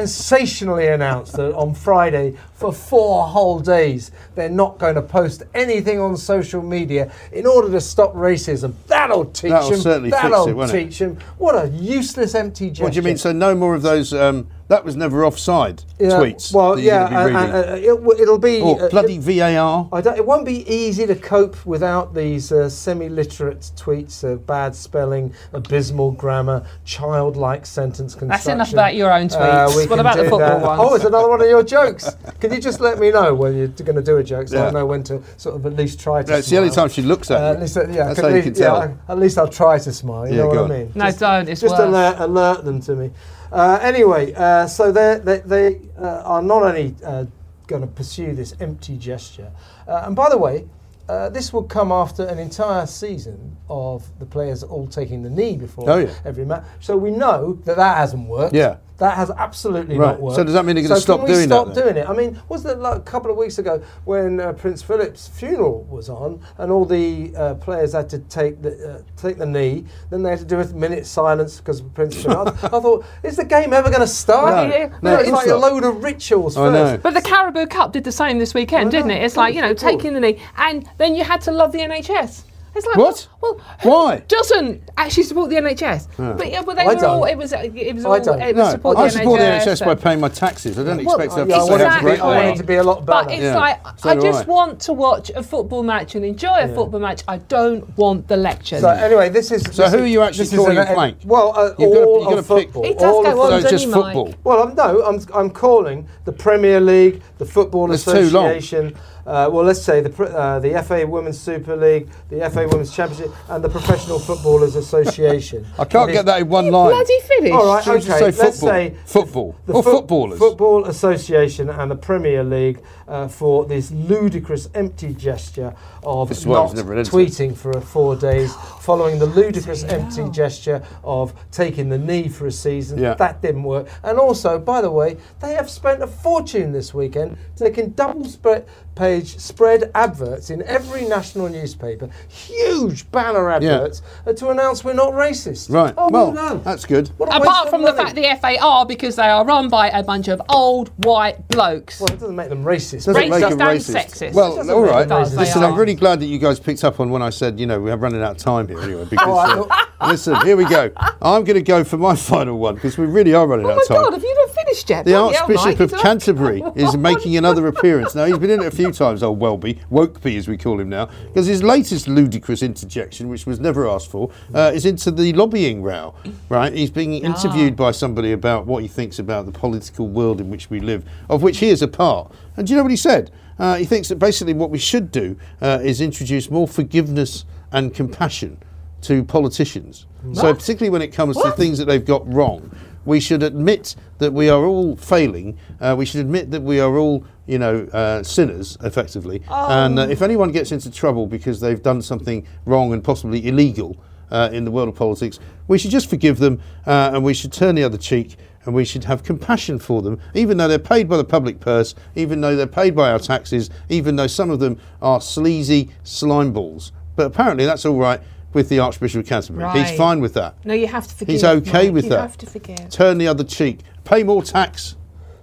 Speaker 3: sensationally announced that on Friday, for four whole days, they're not going to post anything on social media in order to stop racism. That'll teach
Speaker 1: That'll
Speaker 3: them.
Speaker 1: certainly fix it,
Speaker 3: That'll
Speaker 1: won't it?
Speaker 3: teach them. What a useless empty gesture.
Speaker 1: What do you mean? So no more of those. Um, that was never offside
Speaker 3: Yeah,
Speaker 1: tweets.
Speaker 3: Well,
Speaker 1: that you're
Speaker 3: yeah,
Speaker 1: gonna be
Speaker 3: and-
Speaker 1: reading.
Speaker 3: and, uh, it, w- it'll be
Speaker 1: or
Speaker 3: uh,
Speaker 1: bloody
Speaker 3: it-
Speaker 1: VAR.
Speaker 3: I don't, it won't be easy to cope without these uh, semi-literate tweets of bad spelling, abysmal grammar, childlike sentence
Speaker 2: enough
Speaker 3: construction. Uh,
Speaker 2: about your own tweets.
Speaker 3: we
Speaker 2: What
Speaker 3: can
Speaker 2: about the
Speaker 3: do
Speaker 2: football
Speaker 3: that.
Speaker 2: ones?
Speaker 3: Oh, it's another one of your jokes. Can you just let me know when you're going to do a joke, so
Speaker 1: Yeah.
Speaker 3: I know when to sort of at least try to.
Speaker 1: That's the only
Speaker 3: smile?
Speaker 1: time she looks at
Speaker 3: Uh,
Speaker 1: me.
Speaker 3: at least, uh, yeah,
Speaker 1: That's
Speaker 3: at
Speaker 1: how you
Speaker 3: least-
Speaker 1: can tell.
Speaker 3: yeah, I- at least I'll try to smile. You
Speaker 1: Yeah,
Speaker 3: know what
Speaker 1: go
Speaker 3: I
Speaker 1: on.
Speaker 3: mean?
Speaker 2: No, don't, it's
Speaker 3: just
Speaker 2: worse.
Speaker 3: alert, alert them to me. Uh, anyway, uh, so they're, they they uh, are not only uh, going to pursue this empty gesture, uh, and by the way. Uh, this will come after an entire season of the players all taking the knee before
Speaker 1: Oh, yeah.
Speaker 3: every match. So we know that that hasn't worked.
Speaker 1: Yeah.
Speaker 3: That has absolutely
Speaker 1: Right.
Speaker 3: not worked.
Speaker 1: So does that mean they're gonna
Speaker 3: So
Speaker 1: stop
Speaker 3: can we
Speaker 1: doing that
Speaker 3: stop
Speaker 1: then?
Speaker 3: doing it? I mean, was that like a couple of weeks ago when uh, Prince Philip's funeral was on and all the uh, players had to take the uh, take the knee? Then they had to do a minute silence because Prince. Philip. I, I thought, is the game ever going to start?
Speaker 2: No.
Speaker 3: No,
Speaker 2: No,
Speaker 3: it's
Speaker 2: it's
Speaker 3: like a
Speaker 1: not.
Speaker 3: load of rituals
Speaker 1: I
Speaker 3: first.
Speaker 1: know.
Speaker 2: But the Caribou Cup did the same this weekend, didn't it? It's like, you know,
Speaker 3: Of course.
Speaker 2: taking the knee. And then you had to love the NHS. It's like,
Speaker 1: What?
Speaker 2: Well, who
Speaker 1: Why?
Speaker 2: doesn't actually support the NHS? But yeah, well, they
Speaker 3: I
Speaker 2: were
Speaker 3: don't.
Speaker 2: all, it was, it was
Speaker 3: I
Speaker 2: all,
Speaker 3: don't.
Speaker 2: it was
Speaker 1: No,
Speaker 2: support
Speaker 1: I
Speaker 2: the
Speaker 1: support
Speaker 2: NHS.
Speaker 1: the NHS by
Speaker 2: and-
Speaker 1: paying my taxes. I don't expect to have
Speaker 3: yeah, I
Speaker 1: to
Speaker 3: want
Speaker 1: say
Speaker 3: it
Speaker 1: how
Speaker 3: to be-
Speaker 1: great
Speaker 3: I
Speaker 1: they
Speaker 3: want
Speaker 1: are.
Speaker 3: it to be a lot
Speaker 2: But
Speaker 3: better.
Speaker 2: it's
Speaker 1: Yeah,
Speaker 2: like
Speaker 1: so
Speaker 2: I
Speaker 1: do
Speaker 2: just
Speaker 1: I.
Speaker 2: want to watch a football match and enjoy a football match. I don't want the lectures.
Speaker 3: So uh, anyway, this is.
Speaker 1: So
Speaker 3: this
Speaker 1: who
Speaker 3: is-
Speaker 1: are you actually
Speaker 3: this is
Speaker 1: calling
Speaker 3: an-
Speaker 1: Plank?
Speaker 3: Well, uh,
Speaker 1: You've gotta-
Speaker 3: all
Speaker 1: you've gotta
Speaker 3: of
Speaker 1: pick-
Speaker 3: football.
Speaker 2: It does
Speaker 3: all
Speaker 2: go
Speaker 3: of
Speaker 2: on,
Speaker 3: football.
Speaker 1: So it's
Speaker 2: doesn't
Speaker 1: just
Speaker 2: he,
Speaker 1: football.
Speaker 2: Mike?
Speaker 3: Well, I'm, no, I'm, I'm calling the Premier League, the Football
Speaker 1: That's too long.
Speaker 3: Association. Uh, well, let's say the pr- uh, the FA Women's Super League, the FA Women's Championship, and the Professional Footballers Association.
Speaker 1: I can't
Speaker 3: It
Speaker 1: get
Speaker 3: is-
Speaker 1: that in one line.
Speaker 2: Bloody finish.
Speaker 3: All right,
Speaker 1: Should we
Speaker 3: okay.
Speaker 1: just say
Speaker 3: Let's
Speaker 1: football?
Speaker 3: say
Speaker 1: Football.
Speaker 3: the
Speaker 1: Or
Speaker 3: fut-
Speaker 1: footballers.
Speaker 3: Football Association and the Premier League uh, for this ludicrous empty gesture of
Speaker 1: This is why I
Speaker 3: not
Speaker 1: was never an editor.
Speaker 3: tweeting for uh, four days, following the ludicrous empty gesture of taking the knee for a season.
Speaker 1: Yeah.
Speaker 3: That didn't work. And also, by the way, they have spent a fortune this weekend taking double spread page spread adverts in every national newspaper, huge banner adverts uh, to announce we're not racist.
Speaker 1: Right.
Speaker 3: Oh,
Speaker 1: well,
Speaker 3: well, done.
Speaker 1: that's good.
Speaker 3: What a waste
Speaker 2: Apart
Speaker 3: of
Speaker 2: from the
Speaker 3: money.
Speaker 2: fact the FA are because they are run by a bunch of old white blokes.
Speaker 3: Well, it doesn't make them racist.
Speaker 1: Doesn't
Speaker 3: but-
Speaker 2: Racist
Speaker 1: make 'em
Speaker 2: and sexist.
Speaker 3: It
Speaker 1: Well,
Speaker 3: doesn't
Speaker 1: all
Speaker 3: make
Speaker 1: right.
Speaker 3: them racist.
Speaker 1: Listen,
Speaker 2: They
Speaker 1: I'm
Speaker 2: are.
Speaker 1: really glad that you guys picked up on when I said, you know, we're running out of time here anyway. Because,
Speaker 3: All right.
Speaker 1: uh, listen, here we go. I'm going to go for my final one because we really are running
Speaker 2: Oh
Speaker 1: out
Speaker 2: my
Speaker 1: of time.
Speaker 2: God, have you not finished yet?
Speaker 1: The
Speaker 2: Bloody hell,
Speaker 1: Archbishop
Speaker 2: Mike,
Speaker 1: of
Speaker 2: it's like-
Speaker 1: Canterbury is making another appearance. Now, he's been in it a few times, old Welby, Wokeby as we call him now, because his latest ludicrous interjection, which was never asked for, uh, is into the lobbying row, right? He's being interviewed by somebody about what he thinks about the political world in which we live, of which he is a part. And do you know what he said? Uh, he thinks that basically what we should do uh, is introduce more forgiveness and compassion to politicians. So, particularly when it comes to things that they've got wrong, we should admit that we are all failing. Uh, we should admit that we are all, you know, uh, sinners, effectively. And uh, if anyone gets into trouble because they've done something wrong and possibly illegal uh, in the world of politics, we should just forgive them uh, and we should turn the other cheek and we should have compassion for them, even though they're paid by the public purse, even though they're paid by our taxes, even though some of them are sleazy slime balls. But apparently that's all right with the Archbishop of Canterbury. He's
Speaker 2: Right.
Speaker 1: fine with that.
Speaker 2: No, you have to forgive.
Speaker 1: He's okay
Speaker 2: Mike.
Speaker 1: with
Speaker 2: you
Speaker 1: that.
Speaker 2: have to forgive.
Speaker 1: Turn the other cheek. Pay more tax.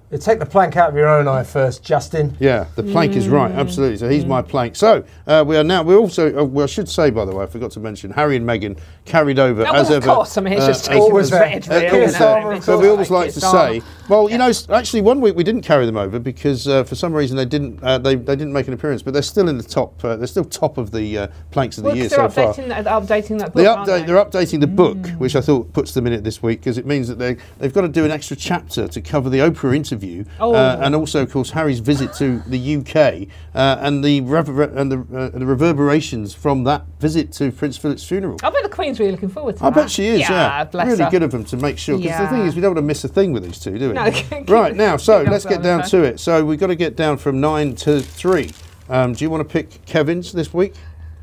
Speaker 3: You take the plank out of your own eye first, Justin.
Speaker 1: Yeah, the plank is
Speaker 2: Mm.
Speaker 1: right, absolutely. So he's my plank. So uh, we are now. We also, uh, well, I should say by the way, I forgot to mention Harry and Meghan carried over
Speaker 2: That
Speaker 1: as
Speaker 2: was, Oh, of
Speaker 1: ever. uh,
Speaker 2: course, I mean, it's just
Speaker 3: always
Speaker 2: red,
Speaker 3: there.
Speaker 2: really,
Speaker 3: Keir
Speaker 2: isn't it?
Speaker 3: Starmer,
Speaker 2: It's
Speaker 3: of
Speaker 1: But we
Speaker 3: course.
Speaker 1: always like
Speaker 2: Keir
Speaker 1: to
Speaker 2: Starmer.
Speaker 1: say, well, you know, s- actually, one week we didn't carry them over because uh, for some reason they didn't uh, they, they didn't make an appearance, but they're still in the top. Uh, they're still top of the uh, planks of the
Speaker 2: Well, 'cause
Speaker 1: year so
Speaker 2: they're
Speaker 1: far.
Speaker 2: updating, that, they're updating that book.
Speaker 1: They
Speaker 2: aren't Mm.
Speaker 1: update, they're updating the book, which I thought puts them in it this week because it means that they, they've got to do an extra chapter to cover the Oprah interview
Speaker 2: Oh.
Speaker 1: uh, and also, of course, Harry's visit to the UK uh, and the rever- and the, uh, the reverberations from that visit to Prince Philip's funeral.
Speaker 2: I bet the Queen's really looking forward to
Speaker 1: I
Speaker 2: that.
Speaker 1: bet she is, yeah.
Speaker 2: Oh, bless
Speaker 1: really
Speaker 2: her.
Speaker 1: good of them to make sure. Because the thing
Speaker 2: Yeah.
Speaker 1: is, we don't want to miss a thing with these two, do we?
Speaker 2: No, keep-
Speaker 1: right, now, so
Speaker 2: keep
Speaker 1: let's
Speaker 2: going,
Speaker 1: get down
Speaker 2: okay.
Speaker 1: to it. So we've got to get down from nine to three. Um, do you want to pick Kevin's this week,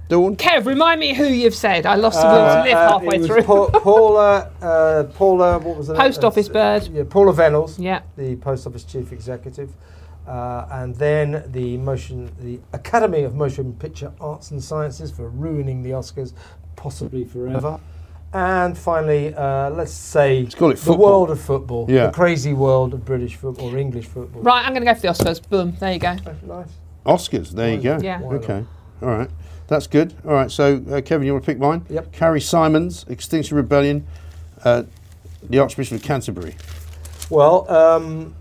Speaker 1: Dawn?
Speaker 2: Kev, remind me who you've said. I lost the will to live
Speaker 3: Uh,
Speaker 2: halfway
Speaker 3: it was
Speaker 2: through.
Speaker 3: Pa- Paula, uh, Paula, what was the name? Uh,
Speaker 2: Post office bird.
Speaker 3: Yeah, Paula Venables.
Speaker 2: Yeah.
Speaker 3: The post office chief executive. Uh, and then the motion, the Academy of Motion Picture Arts and Sciences for ruining the Oscars, possibly forever. And finally, uh, let's say
Speaker 1: call it
Speaker 3: the
Speaker 1: football.
Speaker 3: world of football,
Speaker 1: Yeah.
Speaker 3: the crazy world of British football or English football.
Speaker 2: Right, I'm going to go for the Oscars. Boom, there you go.
Speaker 3: Nice.
Speaker 1: Oscars. There you go.
Speaker 2: Yeah. Why
Speaker 3: not?
Speaker 1: Okay. All right. That's good. All right. So, uh, Kevin, you want to pick mine?
Speaker 3: Yep.
Speaker 1: Carrie Simons, Extinction Rebellion, uh, the Archbishop of Canterbury.
Speaker 3: Well, um,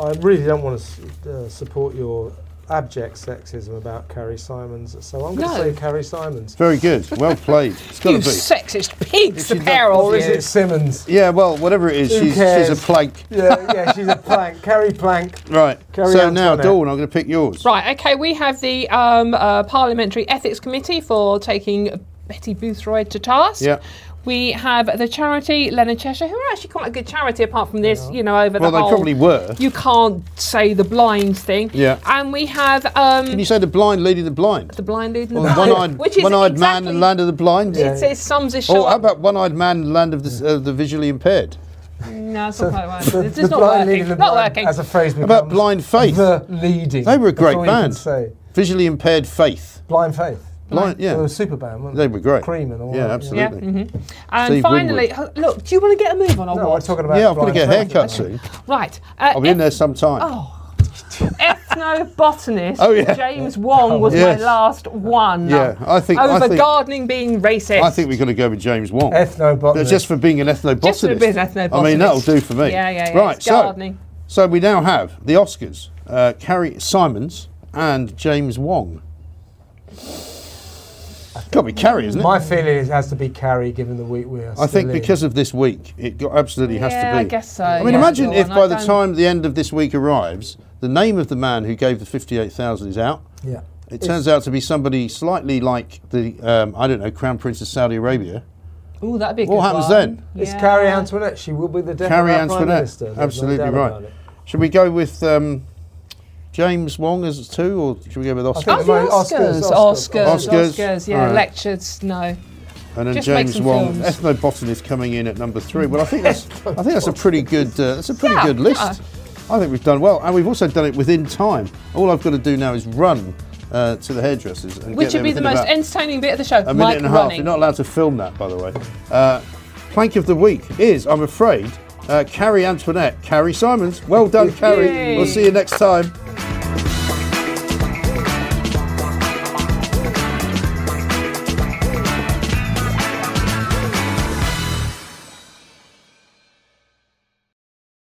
Speaker 3: I really don't want to uh, support your abject sexism about Carrie Simons, so I'm going to
Speaker 2: No.
Speaker 3: say Carrie Simons.
Speaker 1: Very good. Well played. It's got to
Speaker 2: You
Speaker 1: be.
Speaker 2: sexist pigs, the
Speaker 1: she's
Speaker 2: pair
Speaker 1: not-
Speaker 2: of
Speaker 3: Or
Speaker 2: you.
Speaker 3: is it Simmons?
Speaker 1: yeah. Well, whatever it is,
Speaker 3: Who
Speaker 1: she's,
Speaker 3: cares?
Speaker 1: she's a plank.
Speaker 3: yeah, yeah, she's a plank. Carrie Plank.
Speaker 1: Right.
Speaker 3: Carrie
Speaker 1: so now,
Speaker 3: Antoinette.
Speaker 1: Dawn, I'm going to pick yours.
Speaker 2: Right, okay, we have the um, uh, Parliamentary Ethics Committee for taking Betty Boothroyd to task.
Speaker 1: Yeah.
Speaker 2: We have the charity Leonard Cheshire, who are actually quite a good charity apart from this, you know, over
Speaker 1: Well,
Speaker 2: the
Speaker 1: they
Speaker 2: whole.
Speaker 1: probably were.
Speaker 2: You can't say the blind thing.
Speaker 1: Yeah.
Speaker 2: And we have um,
Speaker 1: Can you say the blind lady, the blind?
Speaker 2: the blind lead and
Speaker 1: Or
Speaker 2: the blind,
Speaker 1: one-eyed,
Speaker 2: which is
Speaker 1: one-eyed man
Speaker 2: exactly,
Speaker 1: and land of the blind.
Speaker 2: It, it sums it
Speaker 1: Or
Speaker 2: short.
Speaker 1: how about one-eyed man, land of the, uh, the visually impaired?
Speaker 2: No, it's not quite right.
Speaker 3: The-
Speaker 2: It's
Speaker 3: the
Speaker 2: just not
Speaker 3: blind
Speaker 2: working.
Speaker 3: leading the
Speaker 2: Not
Speaker 3: blind
Speaker 2: working.
Speaker 3: As a phrase
Speaker 1: How
Speaker 3: becomes
Speaker 1: about Blind Faith?
Speaker 3: The leading.
Speaker 1: They were a
Speaker 3: That's
Speaker 1: great
Speaker 3: all you can
Speaker 1: band.
Speaker 3: say.
Speaker 1: Visually impaired faith.
Speaker 3: Blind Faith.
Speaker 1: Blind,
Speaker 3: They were
Speaker 1: yeah.
Speaker 3: a super band, weren't
Speaker 1: They were great.
Speaker 3: Cream and all
Speaker 1: Yeah,
Speaker 3: that,
Speaker 2: yeah.
Speaker 1: absolutely.
Speaker 2: mhm. And
Speaker 1: Steve
Speaker 2: finally, h- look, do you want to get a move on or
Speaker 3: No,
Speaker 2: what?
Speaker 3: I'm talking about.
Speaker 1: Yeah, I've got to
Speaker 3: Blind
Speaker 1: get a
Speaker 3: Faith.
Speaker 1: haircut soon.
Speaker 2: Right. Uh,
Speaker 1: I'll be in there sometime.
Speaker 2: Ethnobotanist
Speaker 1: Oh, yeah.
Speaker 2: James Wong was
Speaker 1: Yes.
Speaker 2: my last one.
Speaker 1: Yeah, I think- I
Speaker 2: Over
Speaker 1: think-
Speaker 2: gardening being racist.
Speaker 1: I think we're going to go with James Wong.
Speaker 3: Ethnobotanist.
Speaker 1: Just for being an ethnobotanist.
Speaker 2: Just for being an ethnobotanist.
Speaker 1: I mean, that'll do for me.
Speaker 2: Yeah, yeah, yeah,
Speaker 1: Right,
Speaker 2: it's
Speaker 1: so,
Speaker 2: gardening.
Speaker 1: so we now have the Oscars, uh, Carrie Simons and James Wong. Got to be Carrie, isn't it?
Speaker 3: My feeling is it has to be Carrie, given the week we are.
Speaker 1: I think
Speaker 3: still in.
Speaker 1: because of this week, it got, absolutely has to
Speaker 2: Yeah,
Speaker 1: be.
Speaker 2: I guess so,
Speaker 1: I mean,
Speaker 2: yeah.
Speaker 1: imagine
Speaker 2: Yeah,
Speaker 1: if
Speaker 2: and
Speaker 1: by
Speaker 2: I
Speaker 1: the
Speaker 2: don't-
Speaker 1: time the end of this week arrives, the name of the man who gave the 58,000 is out.
Speaker 3: Yeah.
Speaker 1: It turns out to be somebody slightly like the, um, I don't know, Crown Prince of Saudi Arabia.
Speaker 2: Ooh, that'd be a
Speaker 1: What
Speaker 2: good
Speaker 1: happens
Speaker 2: one.
Speaker 1: then?
Speaker 3: It's
Speaker 2: Yeah.
Speaker 3: Carrie Antoinette. She will be the death
Speaker 1: Carrie
Speaker 3: of our Prime
Speaker 1: Antoinette.
Speaker 3: Minister. There's no
Speaker 1: Absolutely
Speaker 3: doubt about
Speaker 1: right.
Speaker 3: it.
Speaker 1: Should we go with um, James Wong as two, or should we go with
Speaker 3: think
Speaker 2: Oh,
Speaker 1: Oscar?
Speaker 3: it
Speaker 2: the
Speaker 3: might-
Speaker 2: Oscars,
Speaker 3: Oscars,
Speaker 2: Oscars,
Speaker 3: Oscars,
Speaker 2: Oscars,
Speaker 1: Oscars.
Speaker 2: yeah,
Speaker 1: All right.
Speaker 2: lectures, no.
Speaker 1: and then
Speaker 2: just make
Speaker 1: James
Speaker 2: some
Speaker 1: Wong,
Speaker 2: films.
Speaker 1: ethnobotanist, coming in at number three. Well, I think that's I think that's a pretty good uh, that's a pretty
Speaker 2: Yeah,
Speaker 1: good list. I think we've done well, and we've also done it within time. All I've got to do now is run uh, to the hairdressers, and
Speaker 2: Which
Speaker 1: get
Speaker 2: would be the
Speaker 1: there within
Speaker 2: most
Speaker 1: about
Speaker 2: entertaining bit of the show.
Speaker 1: a minute
Speaker 2: Mike
Speaker 1: and a half.
Speaker 2: running.
Speaker 1: You're not allowed to film that, by the way. Uh, plank of the week is, I'm afraid, uh, Carrie Antoinette, Carrie Simons. Well done, Carrie.
Speaker 2: Yay.
Speaker 1: We'll see you next time.